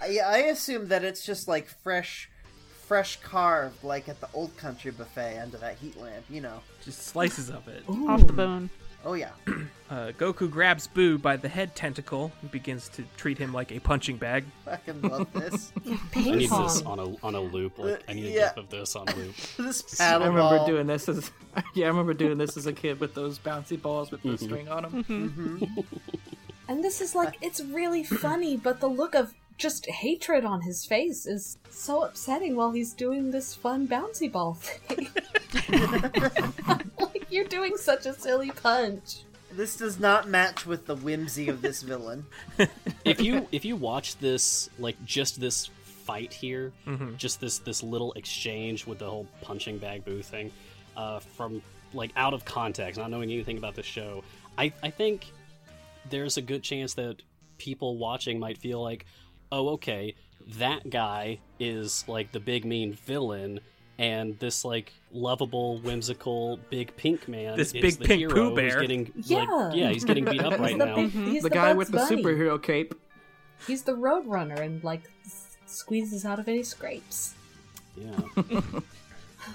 I, I assume that it's just like fresh, fresh carved, like at the old country buffet under that heat lamp. You know. Just slices of it. Off the bone. Oh yeah. Uh, Goku grabs Boo by the head tentacle and begins to treat him like a punching bag. Fucking love this. I Ping need this pong. on a on a loop. Like I need a Yeah. gif of this on loop. this paddle I remember ball. doing this as yeah, I remember doing this as a kid with those bouncy balls with the string on them. And this is like, it's really funny, but the look of just hatred on his face is so upsetting while he's doing this fun bouncy ball thing. like, you're doing such a silly punch. This does not match with the whimsy of this villain. if you if you watch this like just this fight here, Mm-hmm. just this this little exchange with the whole punching bag boo thing, uh, from like out of context, not knowing anything about the show, I I think there's a good chance that people watching might feel like, oh okay, that guy is like the big mean villain. And this like lovable, whimsical big pink man, This is big the pink hero Pooh who's Bear. getting like, Yeah. yeah, he's getting beat up right He's now. the, big, he's Mm-hmm. The, guy Bugs with the Bunny. superhero cape. He's the road runner and like s- squeezes out of any scrapes. Yeah.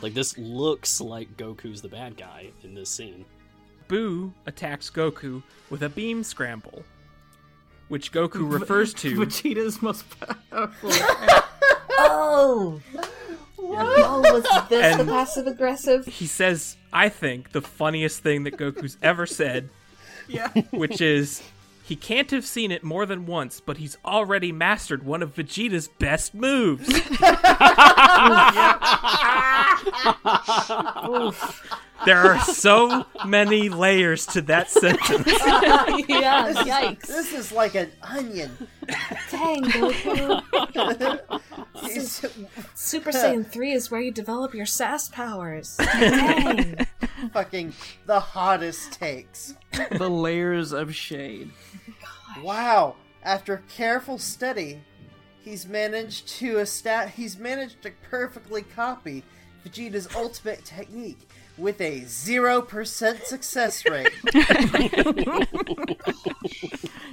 like this looks like Goku's the bad guy in this scene. Boo attacks Goku with a beam scramble, which Goku refers to. Vegeta's most powerful. Oh, oh, was this And- the passive aggressive? he says, I think, the funniest thing that Goku's ever said, yeah. which is, he can't have seen it more than once, but he's already mastered one of Vegeta's best moves. there are so many layers to that sentence. yeah, yikes! This is like an onion. Dang, Goku. It's- Super Saiyan three is where you develop your sass powers. Dang. fucking the hottest takes. the layers of shade. Wow! After careful study, he's managed to esta- he's managed to perfectly copy Vegeta's ultimate technique with a 0% success rate.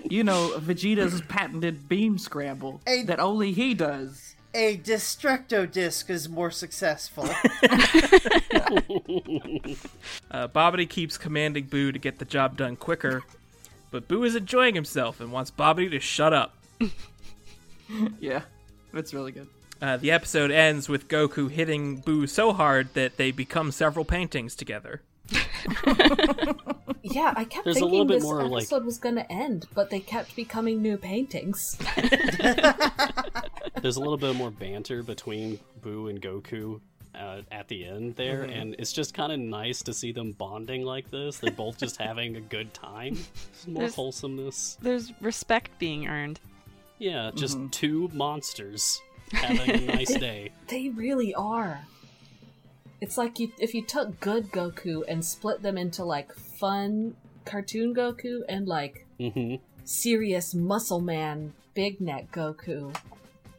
You know, Vegeta's patented beam scramble Hey. that only he does. a destructo disc is more successful. Uh, Bobbity keeps commanding Boo to get the job done quicker, but Boo is enjoying himself and wants Bobbity to shut up. Yeah, that's really good. Uh, the episode ends with Goku hitting Boo so hard that they become several paintings together. Yeah, I kept There's a little thinking bit this more, like- episode was gonna end, but they kept becoming new paintings. There's a little bit more banter between Boo and Goku uh, at the end there, and it's just kind of nice to see them bonding like this. They're both just having a good time. It's more There's- wholesomeness. There's respect being earned. Yeah, just two monsters having a nice day. They really are. It's like you, if you took good Goku and split them into like fun cartoon Goku and like hmm serious muscle man big neck Goku,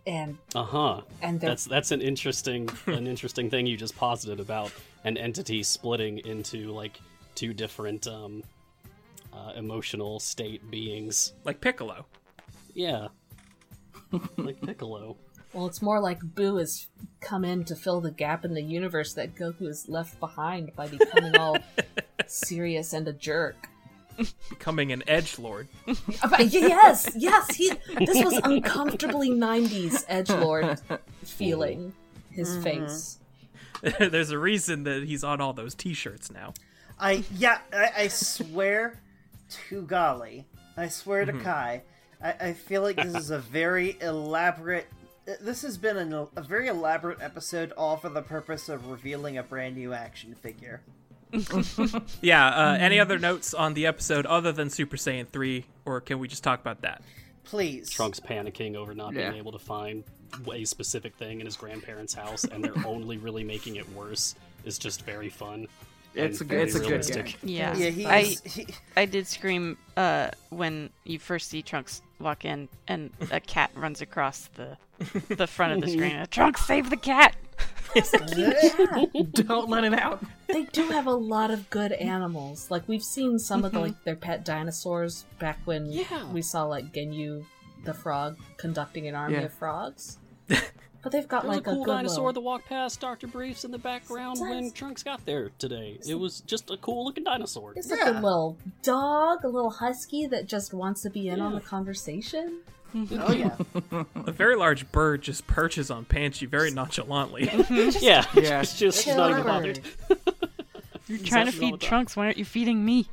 and Uh huh. and they're That's that's an interesting an interesting thing you just posited about an entity splitting into like two different um, uh, emotional state beings. Like Piccolo. Yeah, like Piccolo. well, it's more like Boo has come in to fill the gap in the universe that Goku is left behind by becoming all serious and a jerk. Becoming an edge lord. Uh, But y- yes, yes, he. This was uncomfortably '90s edge lord feeling his face. There's a reason that he's on all those t-shirts now. I yeah, I, I swear to golly, I swear to Kai, I, I feel like this is a very elaborate. This has been an, a very elaborate episode, all for the purpose of revealing a brand new action figure. Yeah, uh, any other notes on the episode other than Super Saiyan 3 or can we just talk about that? Please, Trunks panicking over not Yeah. being able to find a specific thing in his grandparents' house, and they're only really making it worse. Is just very fun. It's a and good, it's a very good game. realistic. Yeah. Yeah, he. I, is- he I did scream uh, when you first see Trunks walk in and a cat runs across the the front of the screen. Trunks, save the cat! oh, Don't let it out. They do have a lot of good animals. Like we've seen some of the, like their pet dinosaurs back when Yeah. we saw like Genyu the frog conducting an army Yeah. of frogs. But they've got There was like a cool good dinosaur little- that walked past Dr. Briefs in the background when Sometimes- Trunks got there today. It was just a cool looking dinosaur. It's a good little dog, a little husky that just wants to be in on the conversation. oh yeah, A very large bird just perches on Panchi very nonchalantly. Yeah, Yeah. it's just not even Clever. bothered. You're trying to That's all feed about- Trunks, why aren't you feeding me?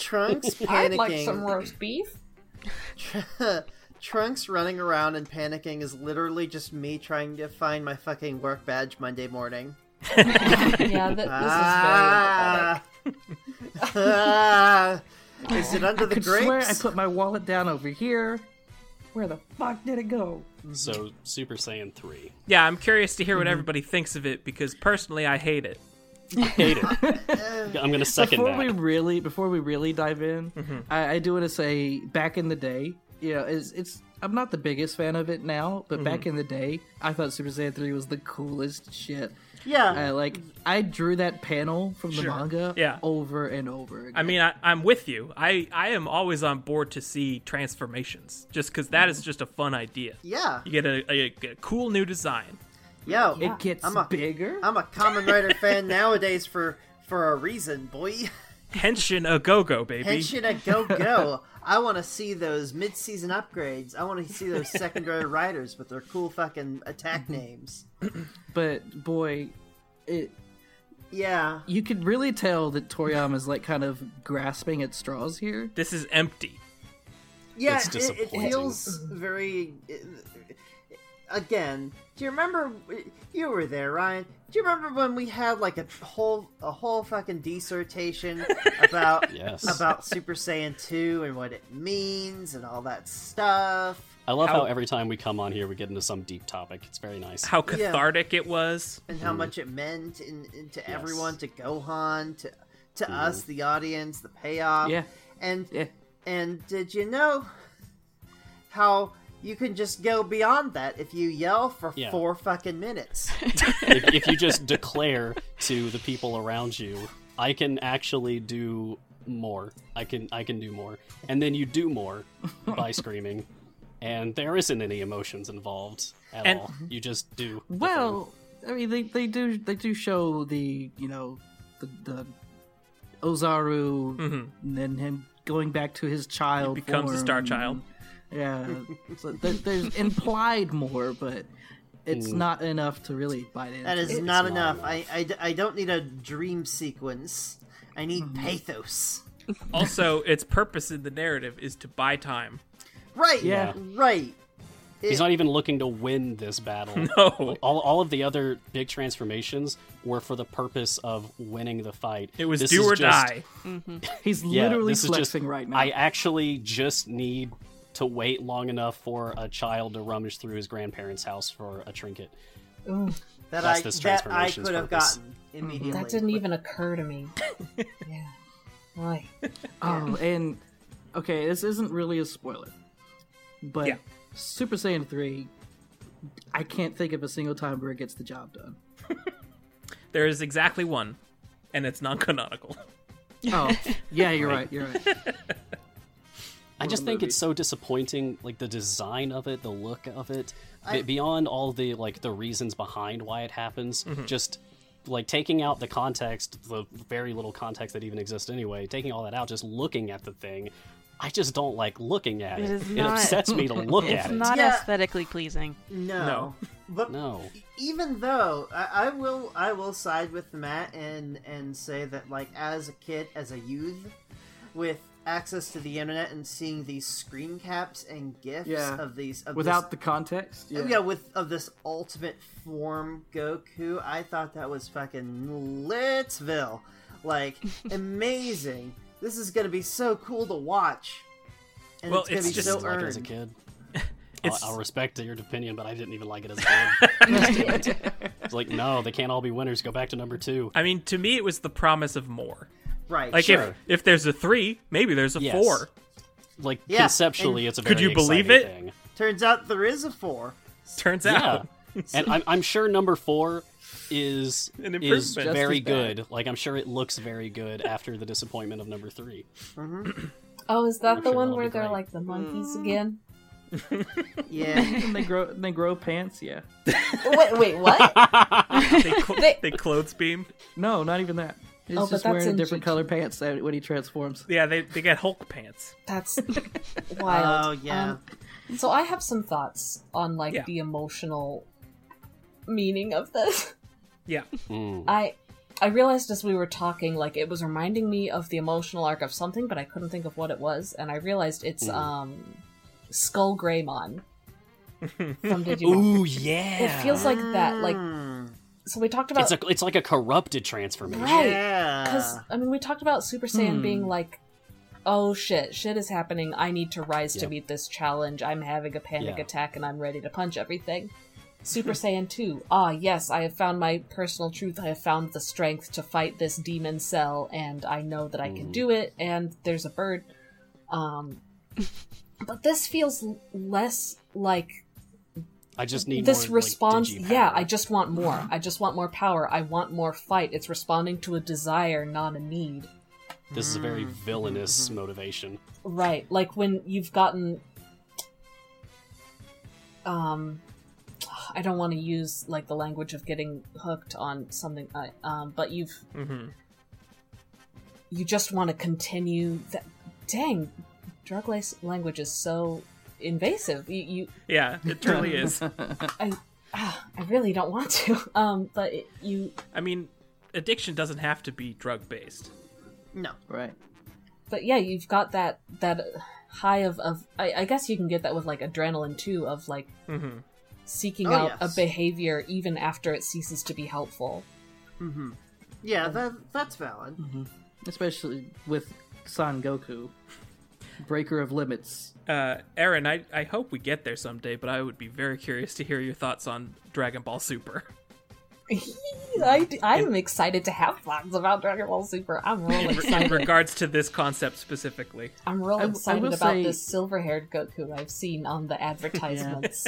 Trunks panicking. I'd like some roast beef. Trunks running around and panicking is literally just me trying to find my fucking work badge Monday morning. Yeah, that, this is very empathetic. Ah! Ah! Is it under the Could swear I grapes? put my wallet down over here. Where the fuck did it go? So, Super Saiyan 3. yeah, I'm curious to hear what everybody thinks of it because personally I hate it. Hate it. I'm going to second before we that. really before we really dive in Mm-hmm. I, I do want to say back in the day you know it's, it's i'm not the biggest fan of it now but Mm-hmm. back in the day i thought super saiyan 3 was the coolest shit yeah. I, like i drew that panel from the Sure. manga Yeah. over and over again I mean, I, I'm with you. I, I am always on board to see transformations just because that is just a fun idea. Yeah. You get a, a, a cool new design. Yo, it gets I'm a- bigger I'm a Common Rider fan nowadays for for a reason, boy. Henshin a go go, baby. Henshin a go go. I want to see those mid-season upgrades. I want to see those secondary riders with their cool fucking attack names. but boy it Yeah. you could really tell that toriyama's like kind of grasping at straws here This is empty. Yeah, It's it- it, disappointing. feels very. again, do you remember? You were there, Ryan. Do you remember when we had like a whole a whole fucking dissertation about Yes. about Super Saiyan two and what it means and all that stuff? I love How- how every time we come on here, we get into some deep topic. It's very nice. How cathartic it was. and how much it meant in, in to everyone, to Gohan, to to us, the audience, the payoff. Yeah. And Yeah. and did you know how you can just go beyond that if you yell for Yeah. four fucking minutes? if, if you just declare to the people around you, I can actually do more. I can I can do more, and then you do more by screaming, and there isn't any emotions involved at And- all. You just do. the thing. Well, I mean, they, they do they do show the you know the, the Ozaru Mm-hmm. and then him going back to his child. He becomes a form. star child. Yeah, so there, there's implied more, but it's not enough to really bite in. Hmm. That is not, enough. I, I d- I don't need a dream sequence. I need pathos. Also, its purpose in the narrative is to buy time. Right. Yeah. Right. He's It- not even looking to win this battle. No. All, all of the other big transformations were for the purpose of winning the fight. It was This do is or just- die. He's Yeah, literally this is just- flexing right now. I actually just need to wait long enough for a child to rummage through his grandparents' house for a trinket. Ooh, that That's I this that I transformation's could have purpose. gotten immediately. that didn't even occur to me. yeah. Why? Oh, and okay, this isn't really a spoiler, but Yeah. Super Saiyan three, I can't think of a single time where it gets the job done. There is exactly one, and it's non canonical. Oh, yeah, you're right. You're right. I just the think movie. it's so disappointing, like the design of it, the look of it, be- beyond all the like the reasons behind why it happens. Mm-hmm. Just like taking out the context, the very little context that even exists anyway. Taking all that out, just looking at the thing, I just don't like looking at It it. is It, not- upsets me to look It's at it. not Yeah. aesthetically pleasing. No. No. But No. even though I, I will I will side with Matt and and say that like as a kid, as a youth, with access to the internet and seeing these screen caps and gifs Yeah. of these of Oh, Without the context, yeah. this, yeah. with of this ultimate form Goku, I thought that was fucking Litzville. Like amazing. This is gonna be so cool to watch. And Well, it's gonna it's be just- so didn't like it as a earned. kid. I'll, It's- I'll respect your opinion, but I didn't even like it as a kid. I just didn't. it's like no, they can't all be winners. Go back to number two. I mean, to me, it was the promise of more. Right. Like, Sure. if, if there's a three, maybe there's a Yes. four. Like Yeah, conceptually, and- it's a very Could you believe exciting it? Thing. Turns out there is a four. Turns Yeah, out. and I'm, I'm sure number four is An is improvement. Just very as bad. good. Like I'm sure it looks very good after the disappointment of number three. Oh, is that the Sure, one that'll where be they're great. Mm. like the monkeys again? Yeah. and they grow they grow pants. Yeah, Wait, wait, what? They, cl- They- they clothes beam. no, not even that. He's Oh, but just that's wearing a in different Jujutsu. color pants that- when he transforms. Yeah, they, they get Hulk pants. That's oh wild. yeah. Um, so I have some thoughts on like Yeah. the emotional meaning of this. Yeah. Mm. I I realized as we were talking, like it was reminding me of the emotional arc of something, but I couldn't think of what it was, and I realized it's Mhm. um Skull Greymon from Digimon. Ooh yeah, It feels like that. Like Mm. so we talked about it's a it's like a corrupted transformation. Right. Because Ah. Yeah. I mean, we talked about Super Saiyan Hmm. being like, "Oh shit, shit is happening. I need to rise to Yep. meet this challenge. I'm having a panic Yeah. Hmm. attack, and I'm ready to punch everything." Super Saiyan two. Ah, yes, I have found my personal truth. I have found the strength to fight this demon cell, and I know that I can Mhm. do it. And there's a bird. Um, but this feels l- less like I just need this more, like, response digi power. yeah Mm-hmm. i just want more i just want more power i want more fight it's responding to a desire not a need this is a very villainous motivation. right like when you've gotten um i don't want to use like the language of getting hooked on something I, um but you've Mm-hmm. you just want to continue that dang drug lace language is so invasive you, you Yeah, it truly is. ah, i really don't want to um but it, you I mean, addiction doesn't have to be drug based. No. Right. but yeah, you've got that that high of of I, I guess you can get that with like adrenaline too of like Mm-hmm. seeking Oh, out yes. a behavior even after it ceases to be helpful. Mm-hmm. Yeah, that that's valid. Especially with Son Goku, breaker of limits. Uh, Aaron, I, I hope we get there someday, but I would be very curious to hear your thoughts on Dragon Ball Super. I, I'm excited to have vlogs about Dragon Ball Super. I'm real In, in excited. regards to this concept specifically. I'm real I- I excited will about say- this silver-haired Goku I've seen on the advertisements.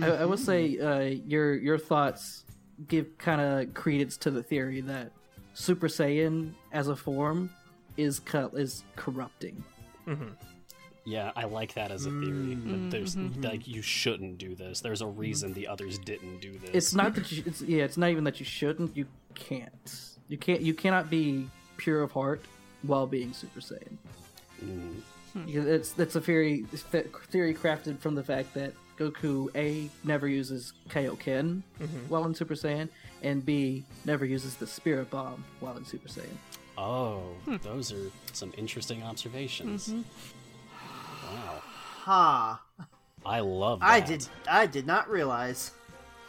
I, I will say uh, your your thoughts give kind of credence to the theory that Super Saiyan as a form is co- is corrupting. Yeah, I like that as a theory. That there's Mm-hmm. like you shouldn't do this. There's a reason the others didn't do this. It's not that you. It's, yeah, it's not even that you shouldn't. You can't. You can't. You cannot be pure of heart while being Super Saiyan. Yeah, It's that's a theory th- theory crafted from the fact that Goku a never uses Kaioken while in Super Saiyan, and b never uses the Spirit Bomb while in Super Saiyan. Oh, Hmm. those are Mm-hmm. some interesting observations. Wow. Ha. I love that. I did. I did not realize.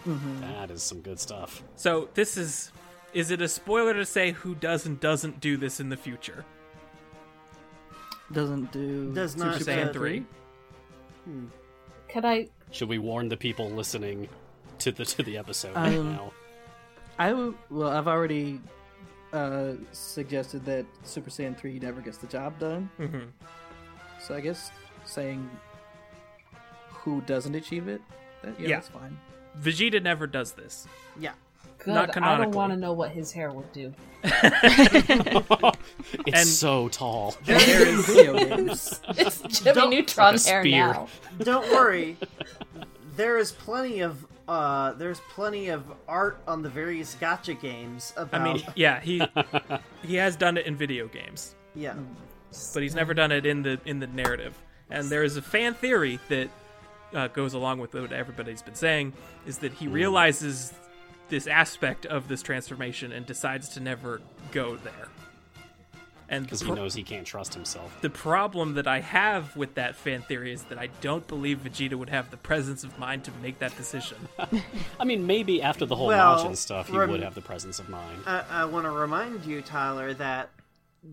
That is some good stuff. So this is is it a spoiler to say who does and doesn't do this in the future? Doesn't do. Does Super not Saiyan uh, 3? Could I? Should we warn the people listening to the to the episode right Um, now? I w- well, I've already uh, suggested that Super Saiyan three never gets the job done. Mm-hmm. So I guess saying who doesn't achieve it, that, yeah, Yeah. that's fine. Vegeta never does this. Yeah. Good. Not I don't canonically. want to know what his hair would do. It's and- so tall. There is video games. It's Jimmy Don't- Neutron It's like a spear. hair now. Don't worry. there is plenty of uh, there's plenty of art on the various gotcha games I about. mean, yeah, he he has done it in video games, yeah. but he's never done it in the in the narrative. And there is a fan theory that uh, goes along with what everybody's been saying is that he realizes this aspect of this transformation and decides to never go there. And Because he pro- knows he can't trust himself. the problem that I have with that fan theory is that I don't believe Vegeta would have the presence of mind to make that decision. I mean, maybe after the whole Well, Majin stuff, he rem- would have the presence of mind. I, I want to remind you, Tyler, that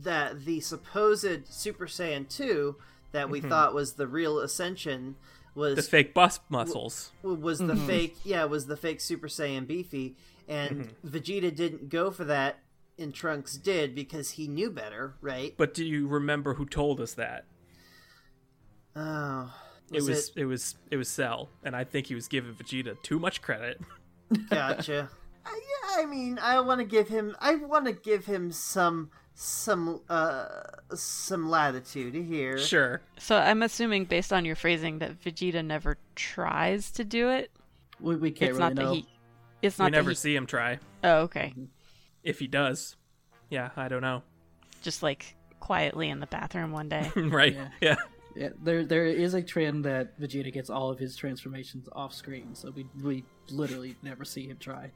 that the supposed Super Saiyan two that we thought was the real ascension was Mm-hmm. the fake bus muscles. was the Mm-hmm. fake yeah was the fake super saiyan beefy and Mm-hmm. vegeta didn't go for that and trunks did because he knew better right But do you remember who told us that? oh it was it? was it was Cell, and I think he was giving Vegeta too much credit. gotcha I, yeah, I mean i want to give him i want to give him some some uh some latitude here Sure, So I'm assuming, based on your phrasing, that Vegeta never tries to do it. We, we can't it's really not know. that he. It's we not that never he. see him try. Oh, okay. If he does, yeah, I don't know. Just like quietly in the bathroom one day. right? Yeah. Yeah, there there is a trend that Vegeta gets all of his transformations off screen, so we we literally never see him try.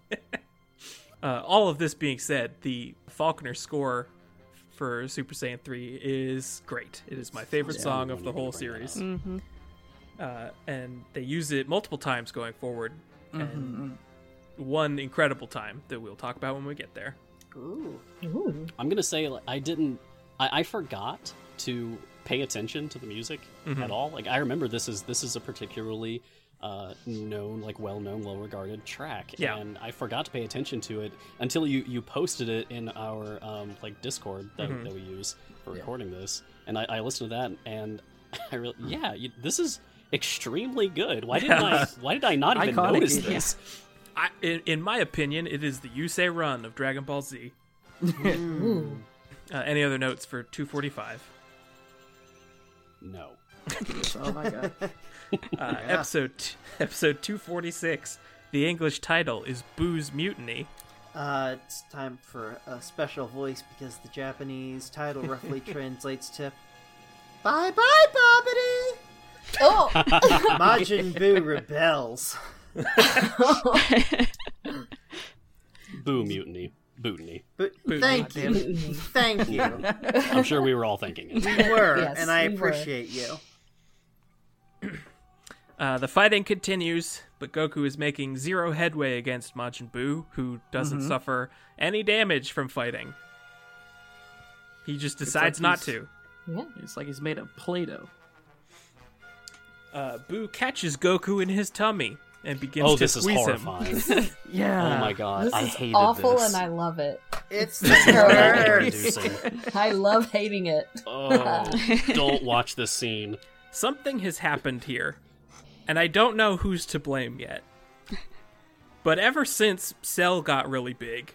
Uh, all of this being said, the Faulkner score for Super Saiyan Three is great. It is my favorite Yeah, song I of the knew you whole were gonna bring that series, hmm uh, and they use it multiple times going forward, Mm-hmm, and one incredible time that we'll talk about when we get there. Ooh. Ooh. I'm gonna say like, I didn't. I, I forgot to pay attention to the music at all. Like I remember this is this is a particularly uh, known, like well known, well regarded track, Yeah. and I forgot to pay attention to it until you you posted it in our um, like Discord that, that we use for recording this, and I, I listened to that and I really yeah you, this is extremely good. Why didn't I? Why did I not even Iconic notice even. this? I, in, in my opinion, it is the Yusei run of Dragon Ball Z. Ooh. Uh, any other notes for 245? No. Oh my god! Uh, Episode t- episode 246. The English title is Boo's Mutiny. Uh, it's time for a special voice because the Japanese title roughly translates to Bye bye, Oh, Bobbity! Majin Buu rebels. Boo mutiny. Bootiny. But Boot, thank you. Thank you. I'm sure we were all thinking it. You were, Yes, and I we were. appreciate you. Uh, the fighting continues, but Goku is making zero headway against Majin Buu, who doesn't Mm-hmm. suffer any damage from fighting. He just decides like not he's- to. yeah. It's like he's made of Play-Doh. Uh, Boo catches Goku in his tummy and begins Oh, to this is squeeze him. horrifying. Yeah. Oh my god, This I is hated awful, this. and I love it. It's Nerd. the Reducing. I love hating it. Oh, don't watch this scene. Something has happened here, and I don't know who's to blame yet. But ever since Cell got really big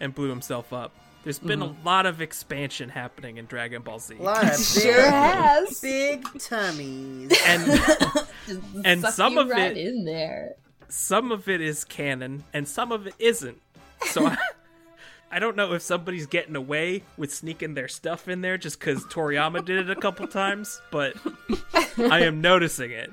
and blew himself up, there's been a lot of expansion happening in Dragon Ball Z. Mm-hmm. A lot of Sure big, has. big tummies. And and Suck some you of it right in there. some of it is canon and some of it isn't. So I, I don't know if somebody's getting away with sneaking their stuff in there just cuz Toriyama did it a couple times, but I am noticing it.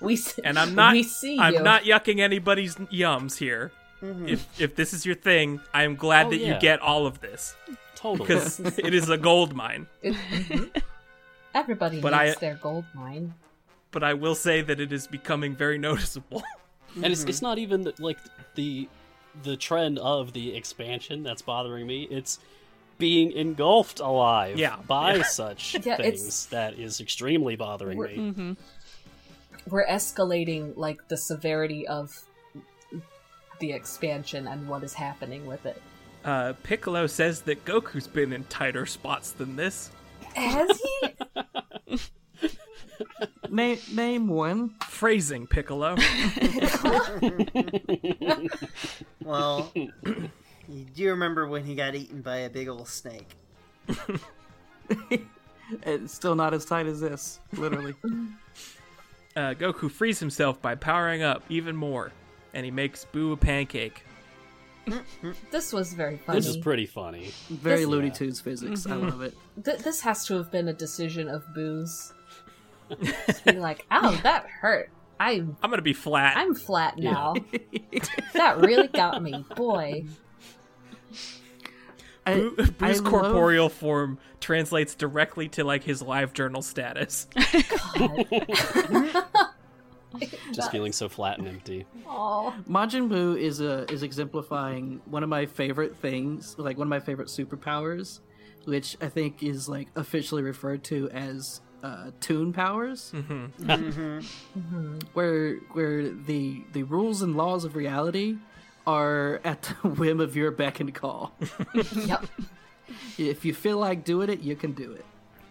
We see, and I'm not We see I'm you. not yucking anybody's yums here. If if this is your thing, I am glad Oh, that you yeah. get all of this Totally. because it is a gold mine. It- mhm. Everybody But needs I- their gold mine. but I will say that it is becoming very noticeable. and it's, it's not even like the the trend of the expansion that's bothering me it's being engulfed alive Yeah, by such Yeah, things it's- that is extremely bothering We're- me Mm-hmm. we're escalating like the severity of the expansion and what is happening with it. Uh, Piccolo says that Goku's been in tighter spots than this. Has he? Name name one. Phrasing, Piccolo. Well, you do remember when he got eaten by a big old snake. It's still not as tight as this. Literally. Uh, Goku frees himself by powering up even more, and he makes Boo a pancake. this was very funny. this is pretty funny Very This- Looney Tunes physics. I love it. Th- this has to have been a decision of Boo's. Just be like, ow, that hurt. I'm I'm gonna be flat. I'm flat now. that really got me, boy. I, Boo- Boo's I love- corporeal form translates directly to like his live journal status. just feeling so flat and empty Oh, Majin Buu is a is exemplifying one of my favorite things, like one of my favorite superpowers, which I think is like officially referred to as uh, Toon powers, mm-hmm. where where the the rules and laws of reality are at the whim of your beck and call. yep. if you feel like doing it, you can do it.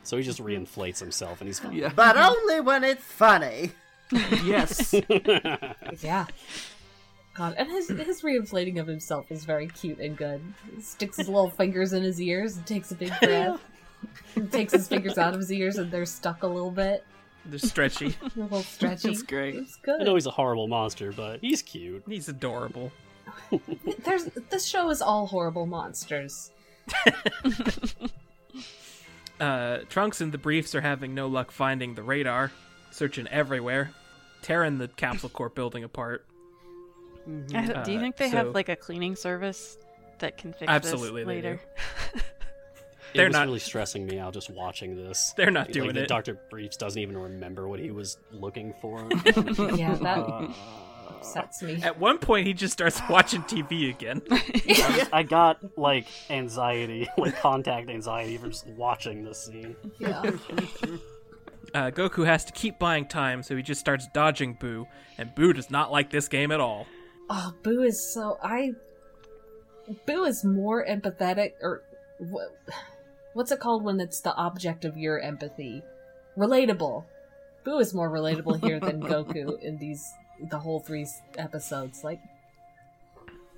so he just reinflates himself and he's fine Yeah. But Mm-hmm. only when it's funny. Yes. Yeah. God, and his his reinflating of himself is very cute and good. He sticks his little fingers in his ears and takes a big breath. and takes his fingers out of his ears and they're stuck a little bit. They're stretchy. A little stretchy. That's great. It's i know good. he's a horrible monster but he's cute He's adorable. There's this show is all horrible monsters. Uh, Trunks and the Briefs are having no luck finding the radar, searching everywhere, tearing the capsule core building apart. I don't- do you Uh, think they so- have like a cleaning service that can fix Absolutely this they do. later? They're it was not- really stressing me out just watching this They're not Like, doing the it. dr briefs doesn't even remember what he was looking for Uh, Yeah, that upsets me. At one point, he just starts watching TV again. I got like anxiety, like contact anxiety from just watching this scene. Yeah. Uh, Goku has to keep buying time, so he just starts dodging Boo, and Boo does not like this game at all. Oh, Boo is so I. Boo is more empathetic, or wh- what's it called when it's the object of your empathy? Relatable. Boo is more relatable here than Goku in these the whole three s- episodes. Like,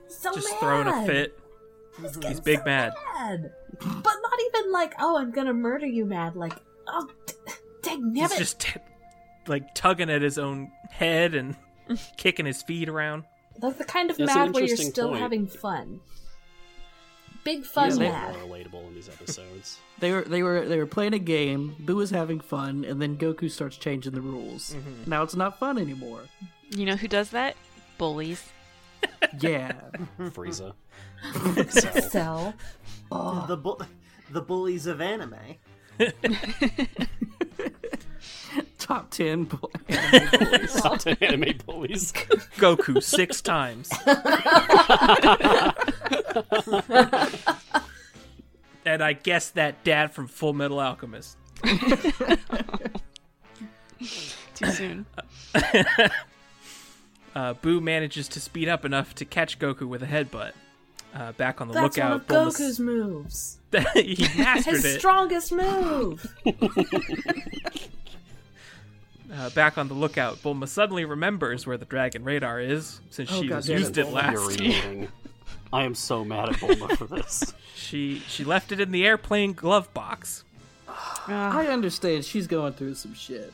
so Just mad. throwing a fit. He's big mad. Mad. But not even like, oh, I'm gonna murder you, mad. Like, oh, d- dang He's it! just t- like tugging at his own head and kicking his feet around. That's the kind of That's an mad where you're interesting still point. having fun. Big fun He's a mad. little more relatable in these episodes. They were they were they were playing a game. Boo was having fun, and then Goku starts changing the rules. Now it's not fun anymore. You know who does that? Bullies. Yeah, Hmm. Frieza. Cell. Oh. The bu- the bullies of anime. top ten. Boy. Stop to anime bullies. Goku six times. and I guess that dad from Full Metal Alchemist. Too soon. Uh, Boo manages to speed up enough to catch Goku with a headbutt. Uh, back on the That's one lookout, of Bulma- Goku's moves. he mastered His it. strongest move. Uh, back on the lookout, Bulma suddenly remembers where the dragon radar is since Oh, she God was damn it, used it Bulma. last. Infuriating. I am so mad at Bulma for this. She she left it in the airplane glove box. I understand she's going through some shit.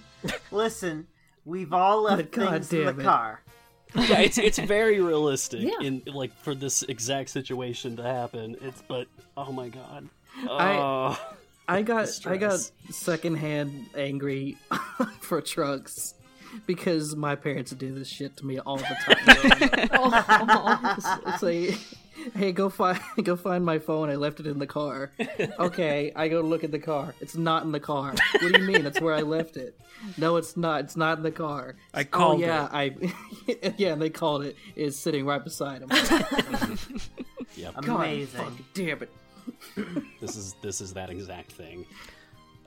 Listen, we've all left God things in the damn it. car. Yeah, it's it's very realistic Yeah. in like for this exact situation to happen. It's but oh my god. I- Oh. I got I got Stress. secondhand angry for trucks because my parents do this shit to me all the time. Oh, it's, it's like hey, go find go find my phone. I left it in the car. okay, I go look at the car. It's not in the car. What do you mean? It's where I left it. No, it's not. It's not in the car. I called Oh, yeah, I yeah. They called it. Is sitting right beside him. God, Amazing. fucking damn it. This is this is that exact thing.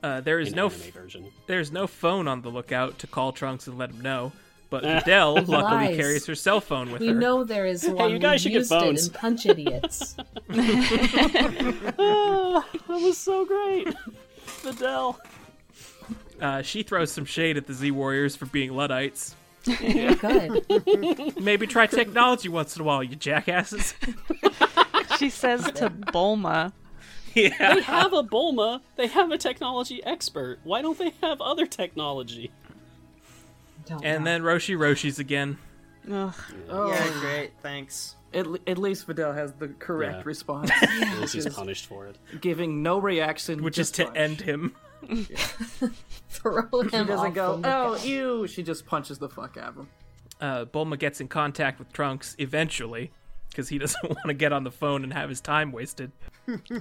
Uh, there is in no anime f- version. there's no phone on the lookout to call Trunks and let him know. But Adele luckily Lies. carries her cell phone with We her. know there is one. you guys should we get used phones. it in Punch Idiots. Ah, that was so great, Fidel. Uh, she throws some shade at the Z Warriors for being Luddites. Good. Maybe try technology once in a while, you jackasses. She says to Bulma, yeah. They have a Bulma. They have a technology expert. Why don't they have other technology? Don't And know. then Roshi Roshi's again. Ugh, Oh, Oh. Yeah, great. Thanks. At, le- at least Fidel has the correct Yeah. response, At least he's punished for it. giving no reaction, which is just to punch. end him. throw him He doesn't off go. the Oh, lookout." ew! She just punches the fuck out of him. Uh, Bulma gets in contact with Trunks eventually because he doesn't want to get on the phone and have his time wasted.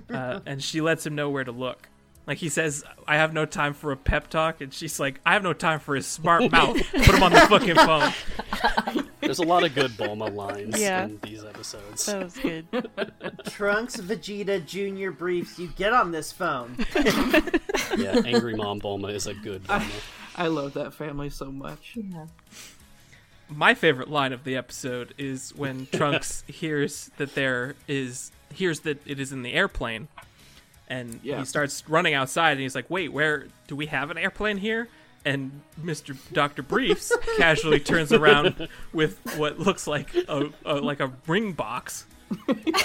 Uh, and she lets him know where to look. Like he says, I have no time for a pep talk. And she's like, I have no time for his smart mouth. Put him on the fucking phone. There's a lot of good Bulma lines Yeah. in these episodes. that was good. Trunks Vegeta Junior briefs. You get on this phone. yeah, Angry Mom Bulma is a good Bulma. I love that family so much. My favorite line of the episode is when Trunks hears that there is, hears that it is in the airplane. And Yeah. he starts running outside and he's like, wait, where do we have an airplane here? And Mr. Dr. Briefs casually turns around with what looks like a, a like a ring box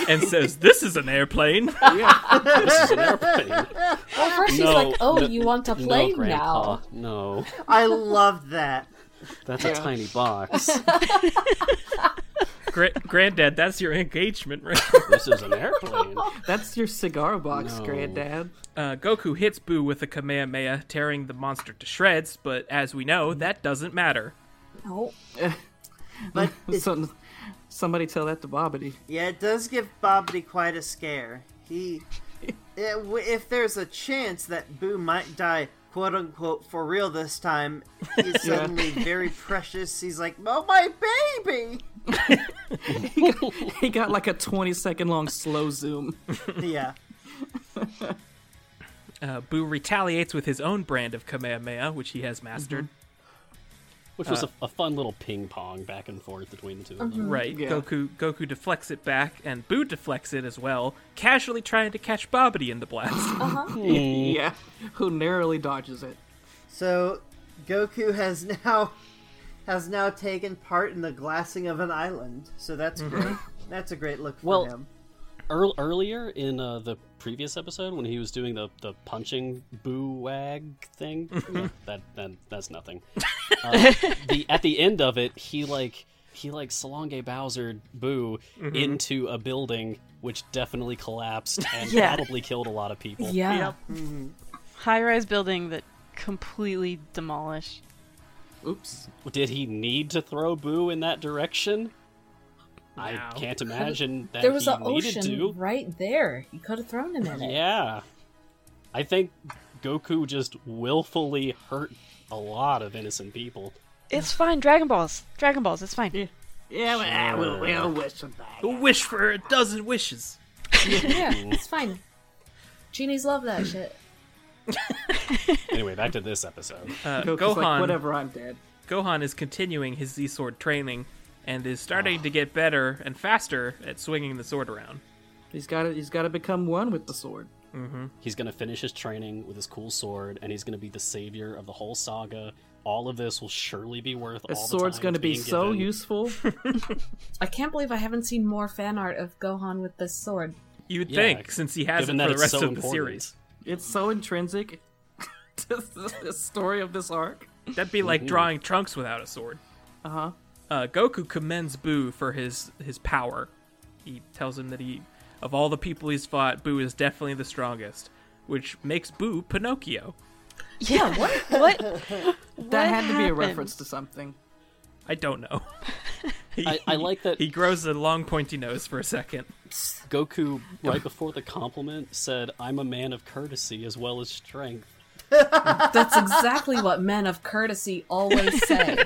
and says, This is an airplane. this is an airplane. Well, first he's like, "Oh, you want to play no, Grandpa, now?" No, I loved that. that's a tiny box. Gra- granddad, that's your engagement ring. this is an airplane. That's your cigar box, No. Granddad. Uh, Goku hits Boo with a Kamehameha, tearing the monster to shreds, but as we know, that doesn't matter. No. But it, Some, somebody tell that to Bobbity. yeah, it does give Bobbity quite a scare. He, it, w- if there's a chance that Boo might die, quote unquote, for real this time, he's suddenly very precious. He's like, "Oh my baby!" He got like a 20 second long slow zoom. Yeah. Uh, Boo retaliates with his own brand of Kamehameha, which he has mastered. Mm-hmm. Which was a, a fun little ping pong back and forth between the two of them. Right. Yeah. Goku Goku deflects it back, and Boo deflects it as well, casually trying to catch Bobbity in the blast. Yeah, who narrowly dodges it. So Goku has now has now taken part in the glassing of an island. So that's great. That's a great look for Well- him. Earl, earlier in uh, the previous episode, when he was doing the, the punching boo wag thing, yeah, that, that that's nothing. Uh, the at the end of it, he like he like Salonge Bowser boo Mm-hmm. into a building, which definitely collapsed and Yeah. probably killed a lot of people. Yeah. High rise building that completely demolished. Oops. Did he need to throw boo in that direction? No. I can't imagine that There was he an needed ocean to. right there. You could have thrown him in it. Yeah. I think Goku just willfully hurt a lot of innocent people. It's fine. Dragon Balls. Dragon Balls. It's fine. Yeah, well, ah, Sure. we'll, we'll wish him back. Who wish for a dozen wishes? Yeah, it's fine. Genies love that shit. Anyway, back to this episode. Uh, Goku's Gohan like, whatever, I'm dead. Gohan is continuing his Z sword training and is Ah. starting to get better and faster at swinging the sword around. He's got to he's got to become one with the sword. He's going to finish his training with his cool sword, and he's going to be the savior of the whole saga. All of this will surely be worth The all the sword's time going to it's be being so given. useful. I can't believe I haven't seen more fan art of Gohan with this sword. You would Yeah, think, since he has it given for that the it's rest so of the important. series. it's so intrinsic to the, the story of this arc. That'd be Mm-hmm. like drawing Trunks without a sword. Uh-huh. Uh, Goku commends Boo for his his power. He tells him that he, of all the people he's fought, Boo is definitely the strongest, which makes Boo Pinocchio. Yeah. What? What? That had to be a happened? reference to something. I don't know. he, I, I like that. he grows a long pointy nose for a second. Goku, right before the compliment, said, I'm a man of courtesy as well as strength. That's exactly what men of courtesy always say.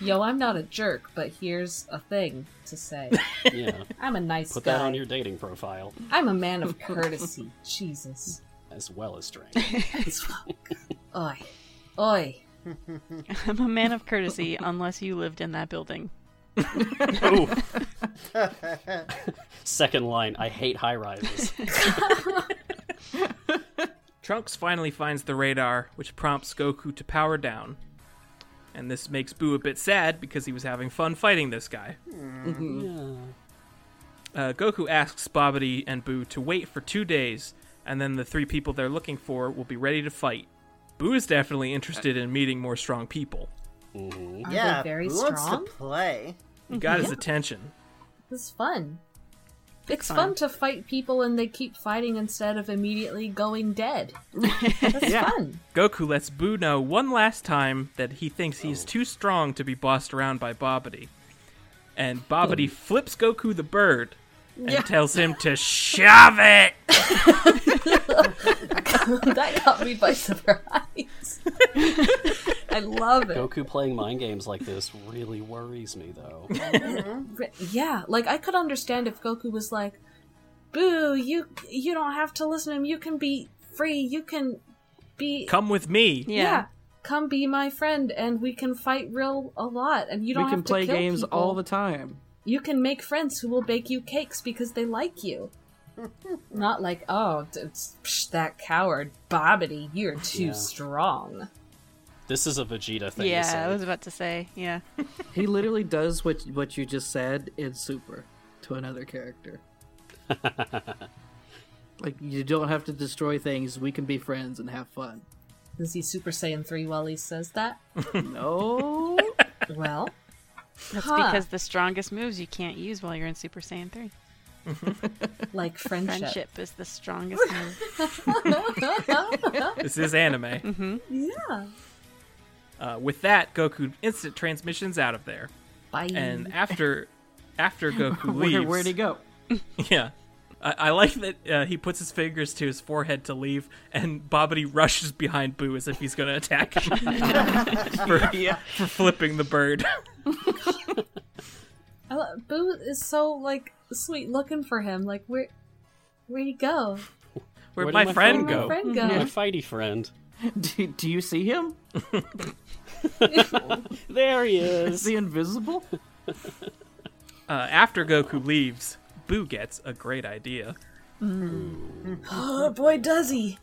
Yo, I'm not a jerk, but here's a thing to say. Yeah. I'm a nice Put guy. that on your dating profile I'm a man of courtesy. Jesus. as well as strength. Oi. Oi. I'm a man of courtesy unless you lived in that building. Second line, I hate high rises. Trunks finally finds the radar, which prompts Goku to power down. And this makes Boo a bit sad because he was having fun fighting this guy. yeah. Uh, Goku asks Bobbity and Boo to wait for two days, and then the three people they're looking for will be ready to fight. Boo is definitely interested in meeting more strong people. Mm-hmm. Are yeah, they very who strong? wants to play? He got his attention. This is fun. It's fun. fun to fight people and they keep fighting instead of immediately going dead. That's fun. Goku lets Boo know one last time that he thinks he's too strong to be bossed around by Bobbity. And Bobbity flips Goku the bird and tells him to shove it! that caught me by surprise. I love it. Goku playing mind games like this really worries me, though. Re- Yeah, like I could understand if Goku was like, "Boo, you you don't have to listen to him. You can be free. You can be Come with me! yeah. Yeah. Come be my friend, and we can fight real a lot. And you don't we can have play to kill games people. all the time. You can make friends who will bake you cakes because they like you. Not like oh, d- it's- psh, that coward Bobbity, you're too Yeah. strong. This is a Vegeta thing to say. Yeah, I was about to say. Yeah. He literally does what what you just said in Super to another character. like you don't have to destroy things. We can be friends and have fun. Is he Super Saiyan three while he says that? No, Well, That's Huh. because the strongest moves you can't use while you're in Super Saiyan 3. like friendship. Friendship is the strongest move. This is anime. yeah. Uh, with that, Goku instant transmissions out of there. Bye. And after after Goku where, leaves, where'd he go? yeah, I, I like that uh, he puts his fingers to his forehead to leave, and Bobbity rushes behind Boo as if he's going to attack him for, for flipping the bird. I lo- Boo is so like sweet looking for him. Like where, where you go? Where'd Where'd my my friend Where'd friend go? my friend go? My fighty friend. Do, do you see him? There he is. Is he invisible? Uh, after Goku leaves, Boo gets a great idea. Oh boy, does he!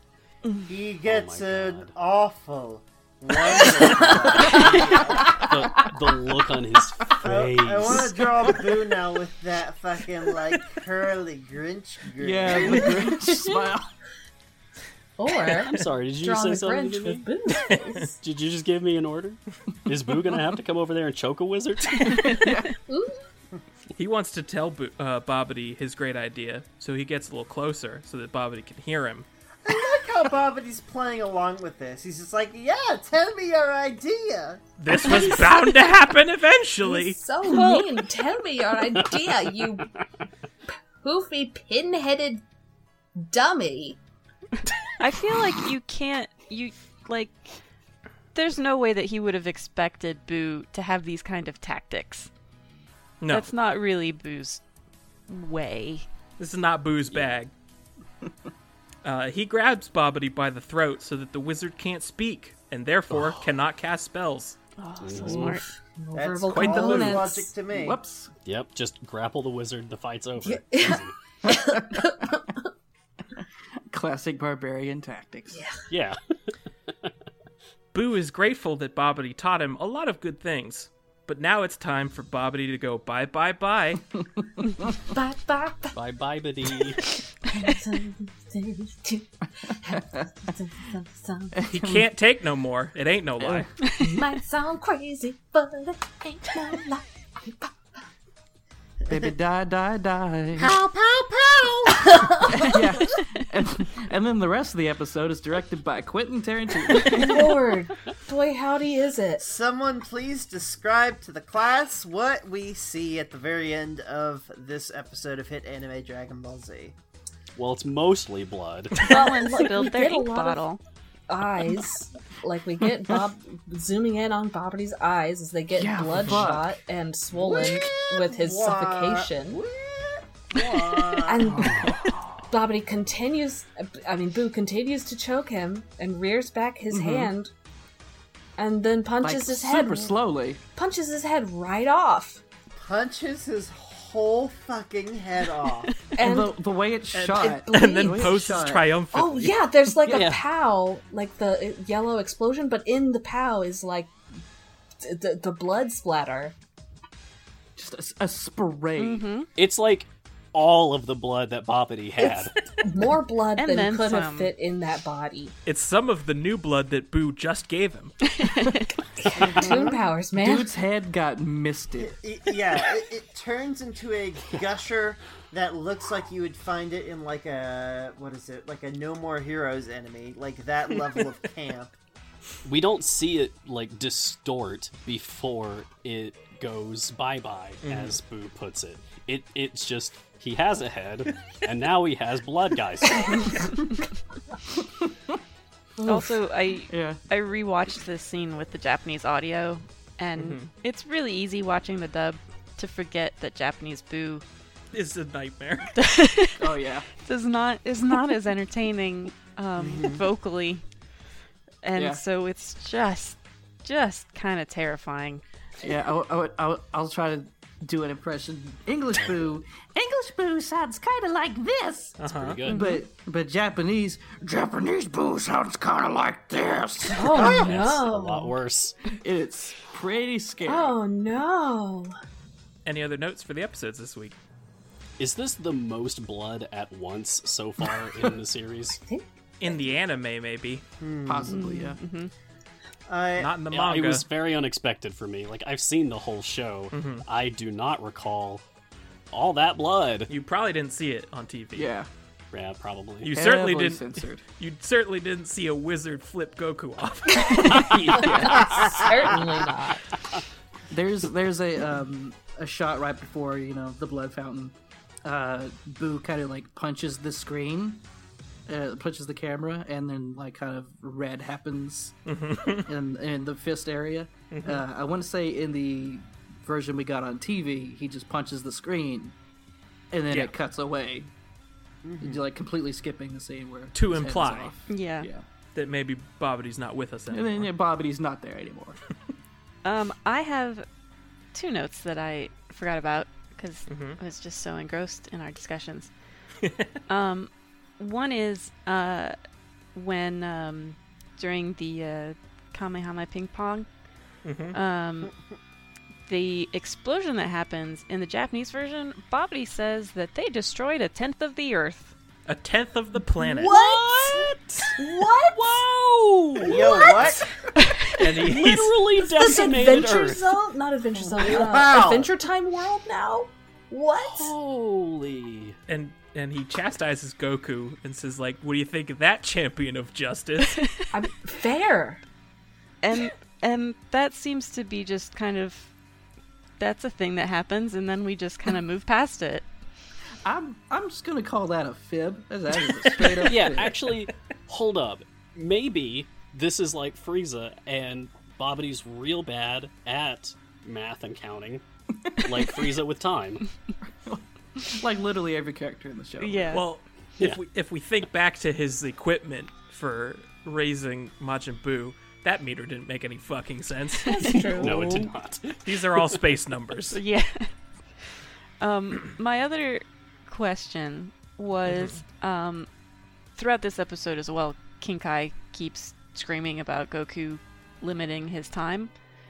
He gets my an God. awful. wonderful- the, the look on his face. I want to draw Boo now with that fucking like curly Grinch. grin. yeah, the Grinch smile. Or I'm sorry, did you draw say the something to Grinch me? with Boo's face. Did you just give me an order? Is Boo gonna have to come over there and choke a wizard? He wants to tell Bo- uh, Bobbity his great idea, so he gets a little closer so that Bobbity can hear him. I like how Bobbity's playing along with this. He's just like, yeah, tell me your idea. This was bound to happen eventually. He's so mean. Tell me your idea, you poofy, pin-headed dummy. I feel like you can't. You like. There's no way that he would have expected Boo to have these kind of tactics. No, That's not really Boo's way. this is not Boo's bag. Uh, he grabs Bobbity by the throat so that the wizard can't speak and therefore cannot cast spells. Oh, so smart. No That's verbal quite the move. components. logic to me. Whoops. yep, just grapple the wizard, the fight's over. Classic barbarian tactics. Yeah. Yeah. Boo is grateful that Bobbity taught him a lot of good things, but now it's time for Bobbity to go bye bye bye. Ba, ba, ba, Bye bye, buddy. He can't take no more. It ain't no lie. Might sound crazy, but it ain't no lie. Baby, die, die, die. Pow, pow, pow. yeah. and, and then the rest of the episode is directed by Quentin Tarantino. Lord, boy, howdy is it? Someone please describe to the class what we see at the very end of this episode of Hit Anime Dragon Ball Z. Well, it's mostly blood. Someone like, we spilled their get a ink lot of- bottle. Eyes, like we get Bob zooming in on Bobby's eyes as they get Yeah, bloodshot and swollen with his What? suffocation. What? And Oh. Bobbity continues, I mean, Boo continues to choke him and rears back his hand and then Mm-hmm. like, punches his head, super slowly. punches his head right off. Punches his whole fucking head off. And the, the way it's shot. and then Wait, poses shut. triumphantly. oh, yeah, there's like Yeah. a pow, like the uh, yellow explosion, but in the pow is like th- the, the blood splatter. just a, s- a spray. Mm-hmm. It's like all of the blood that Boppity had. More blood And than then could have some. fit in that body. It's some of the new blood that Boo just gave him. Toon powers, man. Dude's head got misted. Y- yeah, it, it turns into a gusher that looks like you would find it in like a what is it? Like a No More Heroes enemy, like that level of camp. we don't see it like distort before it goes bye bye, Mm. as Boo puts it. It it's just he has a head, and now he has blood guys. Also, I Yeah. I rewatched this scene with the Japanese audio, and Mm-hmm. it's really easy watching the dub to forget that Japanese boo It's a nightmare. Oh yeah. does not is not as entertaining um, vocally, and Mm-hmm. Yeah. so it's just just kind of terrifying. Yeah. I'll, I'll, I'll, I'll try to do an impression. English boo. English boo sounds kind of like this. Uh-huh. Uh-huh. Pretty good. But but Japanese Japanese boo sounds kind of like this. Oh, That's a lot no. worse. It's pretty scary. Oh, no. Any other notes for the episodes this week? Is this the most blood at once so far in the series? In the anime, maybe. Possibly, yeah. Mm-hmm. I Not in the Yeah, manga. it was very unexpected for me. Like I've seen the whole show, Mm-hmm. I do not recall all that blood. You probably didn't see it on TV. Yeah. Yeah, probably. You certainly Heavily didn't. censored. You certainly didn't see a wizard flip Goku off. Certainly not. There's there's a um a shot right before you know the blood fountain. Uh, Boo kind of like punches the screen, uh, punches the camera, and then like kind of red happens Mm-hmm. in in the fist area. Uh, I want to say in the version we got on TV, he just punches the screen, and then Yeah. it cuts away. You're, like completely skipping the scene where To his head is imply. off. Yeah. yeah. that maybe Bobbity's not with us And anymore. then yeah, Bobbity's not there anymore. Um, I have two notes that I forgot about because I was just so engrossed in our discussions. um, one is uh, when um, during the uh, Kamehame ping pong, um, the explosion that happens in the Japanese version, Bobby says that they destroyed a tenth of the earth. A tenth of the planet. What? What? Whoa! yo what? And he- he's- Literally This decimated Adventure Earth. Zone? Not Adventure Zone. uh, Wow. Adventure Time World now? What? Oh. Holy. and and he chastises Goku and says like, "What do you think of that champion of justice?" I'm fair. and and that seems to be just kind of that's a thing that happens and then we just kind of move past it I'm I'm just gonna call that a fib. That's, that is a straight up Yeah, fib. actually, hold up. Maybe this is like Frieza and Bobbity's real bad at math and counting. Like Frieza with time. like literally every character in the show. yeah well, Yeah. if we if we think back to his equipment for raising Majin Buu, that meter didn't make any fucking sense. That's true. No, it did not. These are all space numbers. yeah um my other question was Mm-hmm. um throughout this episode as well kinkai keeps screaming about goku limiting his time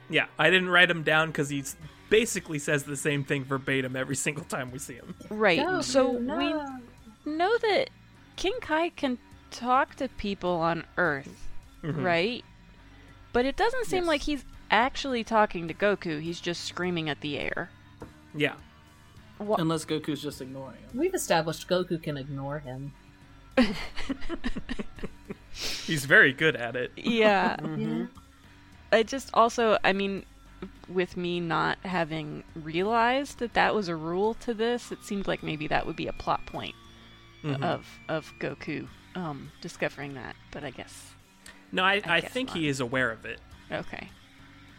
Yeah, I didn't write him down because he basically says the same thing verbatim every single time we see him. right Go, so Boo, no. we know that King Kai can talk to people on Earth, Mm-hmm. right? But it doesn't seem like he's actually talking to Goku. He's just screaming at the air. Yeah, Unless Goku's just ignoring him. We've established Goku can ignore him. He's very good at it. Yeah. I just also, I mean, with me not having realized that that was a rule to this, it seemed like maybe that would be a plot point of of Goku um, discovering that. But I guess No, I, I, I guess think not. he is aware of it. okay.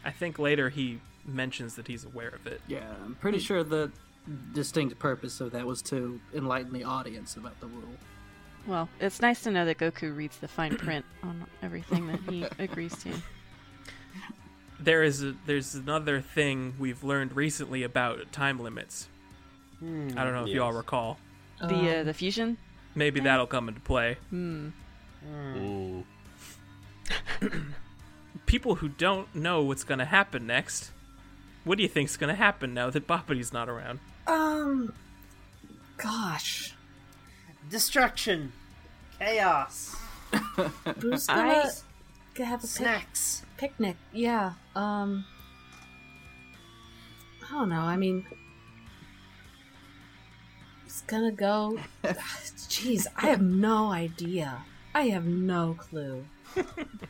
I think later he mentions that he's aware of it. Yeah, I'm pretty sure the distinct purpose of that was to enlighten the audience about the rule. Well, it's nice to know that Goku reads the fine print on everything that he agrees to. There is a, there's another thing we've learned recently about time limits. I don't know if you all Yes. recall. The uh, the fusion. Maybe that'll come into play. Ooh. People who don't know what's going to happen next. What do you think's going to happen now that Bappity's not around? Um, gosh, Destruction, chaos, Boo's I- gonna g- have a pic- snacks. picnic. Yeah. Um, I don't know. I mean, it's gonna go. Jeez, I have no idea. I have no clue.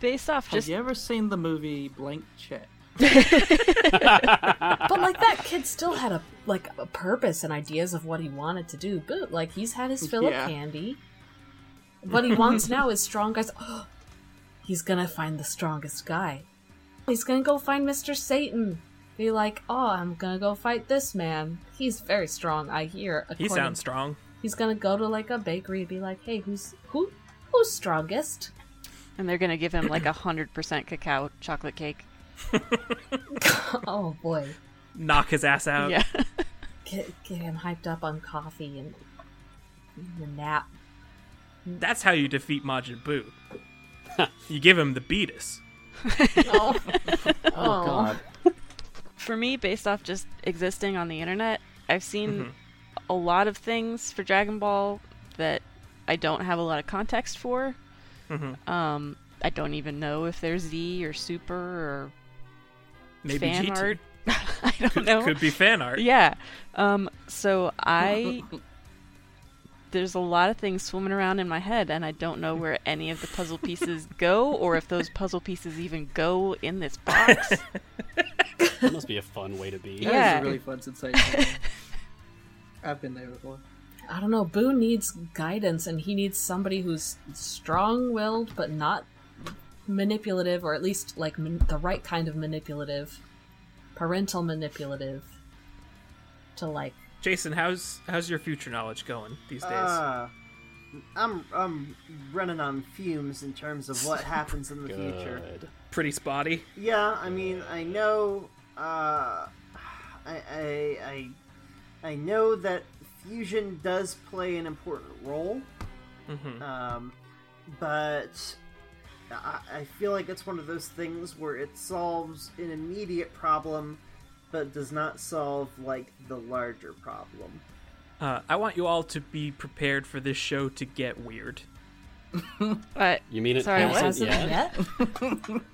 Based off Have just you ever seen the movie Blank Check? But like that kid still had a like a purpose and ideas of what he wanted to do. But like he's had his fill Yeah. of candy. What he wants now is strong guys. he's gonna find the strongest guy. He's gonna go find Mr. Satan. Be like, oh, I'm gonna go fight this man. He's very strong, I hear. He according- sounds strong. He's gonna go to like a bakery and be like, hey, who's who? Who's strongest? and they're gonna give him like a hundred percent cacao chocolate cake. Oh boy, Knock his ass out. yeah. get get him hyped up on coffee and, and a nap. That's how you defeat Majin Buu. you give him the beatus. Oh, God. for me, based off just existing on the internet, I've seen Mm-hmm. a lot of things for Dragon Ball that I don't have a lot of context for. Mm-hmm. Um, I don't even know if there's Z or Super or Maybe fan GT. art. I don't know. Could be fan art. Yeah. Um, so I. There's a lot of things swimming around in my head, and I don't know where any of the puzzle pieces go, or if those puzzle pieces even go in this box. That must be a fun way to be. That is Yeah. a really fun sensation. I've been there before. I don't know. Boo needs guidance, and he needs somebody who's strong-willed but not manipulative, or at least like man- the right kind of manipulative, parental manipulative, to like. Jason, how's how's your future knowledge going these days? Uh, I'm I'm running on fumes in terms of what happens in the future. Good. Pretty spotty. Yeah, I mean, I know, uh, I, I, I, I know that fusion does play an important role, Mhm. um, but I, I feel like it's one of those things where it solves an immediate problem, but does not solve like the larger problem. Uh, I want you all to be prepared for this show to get weird. But You mean it Sorry, what? hasn't Hasn't yet?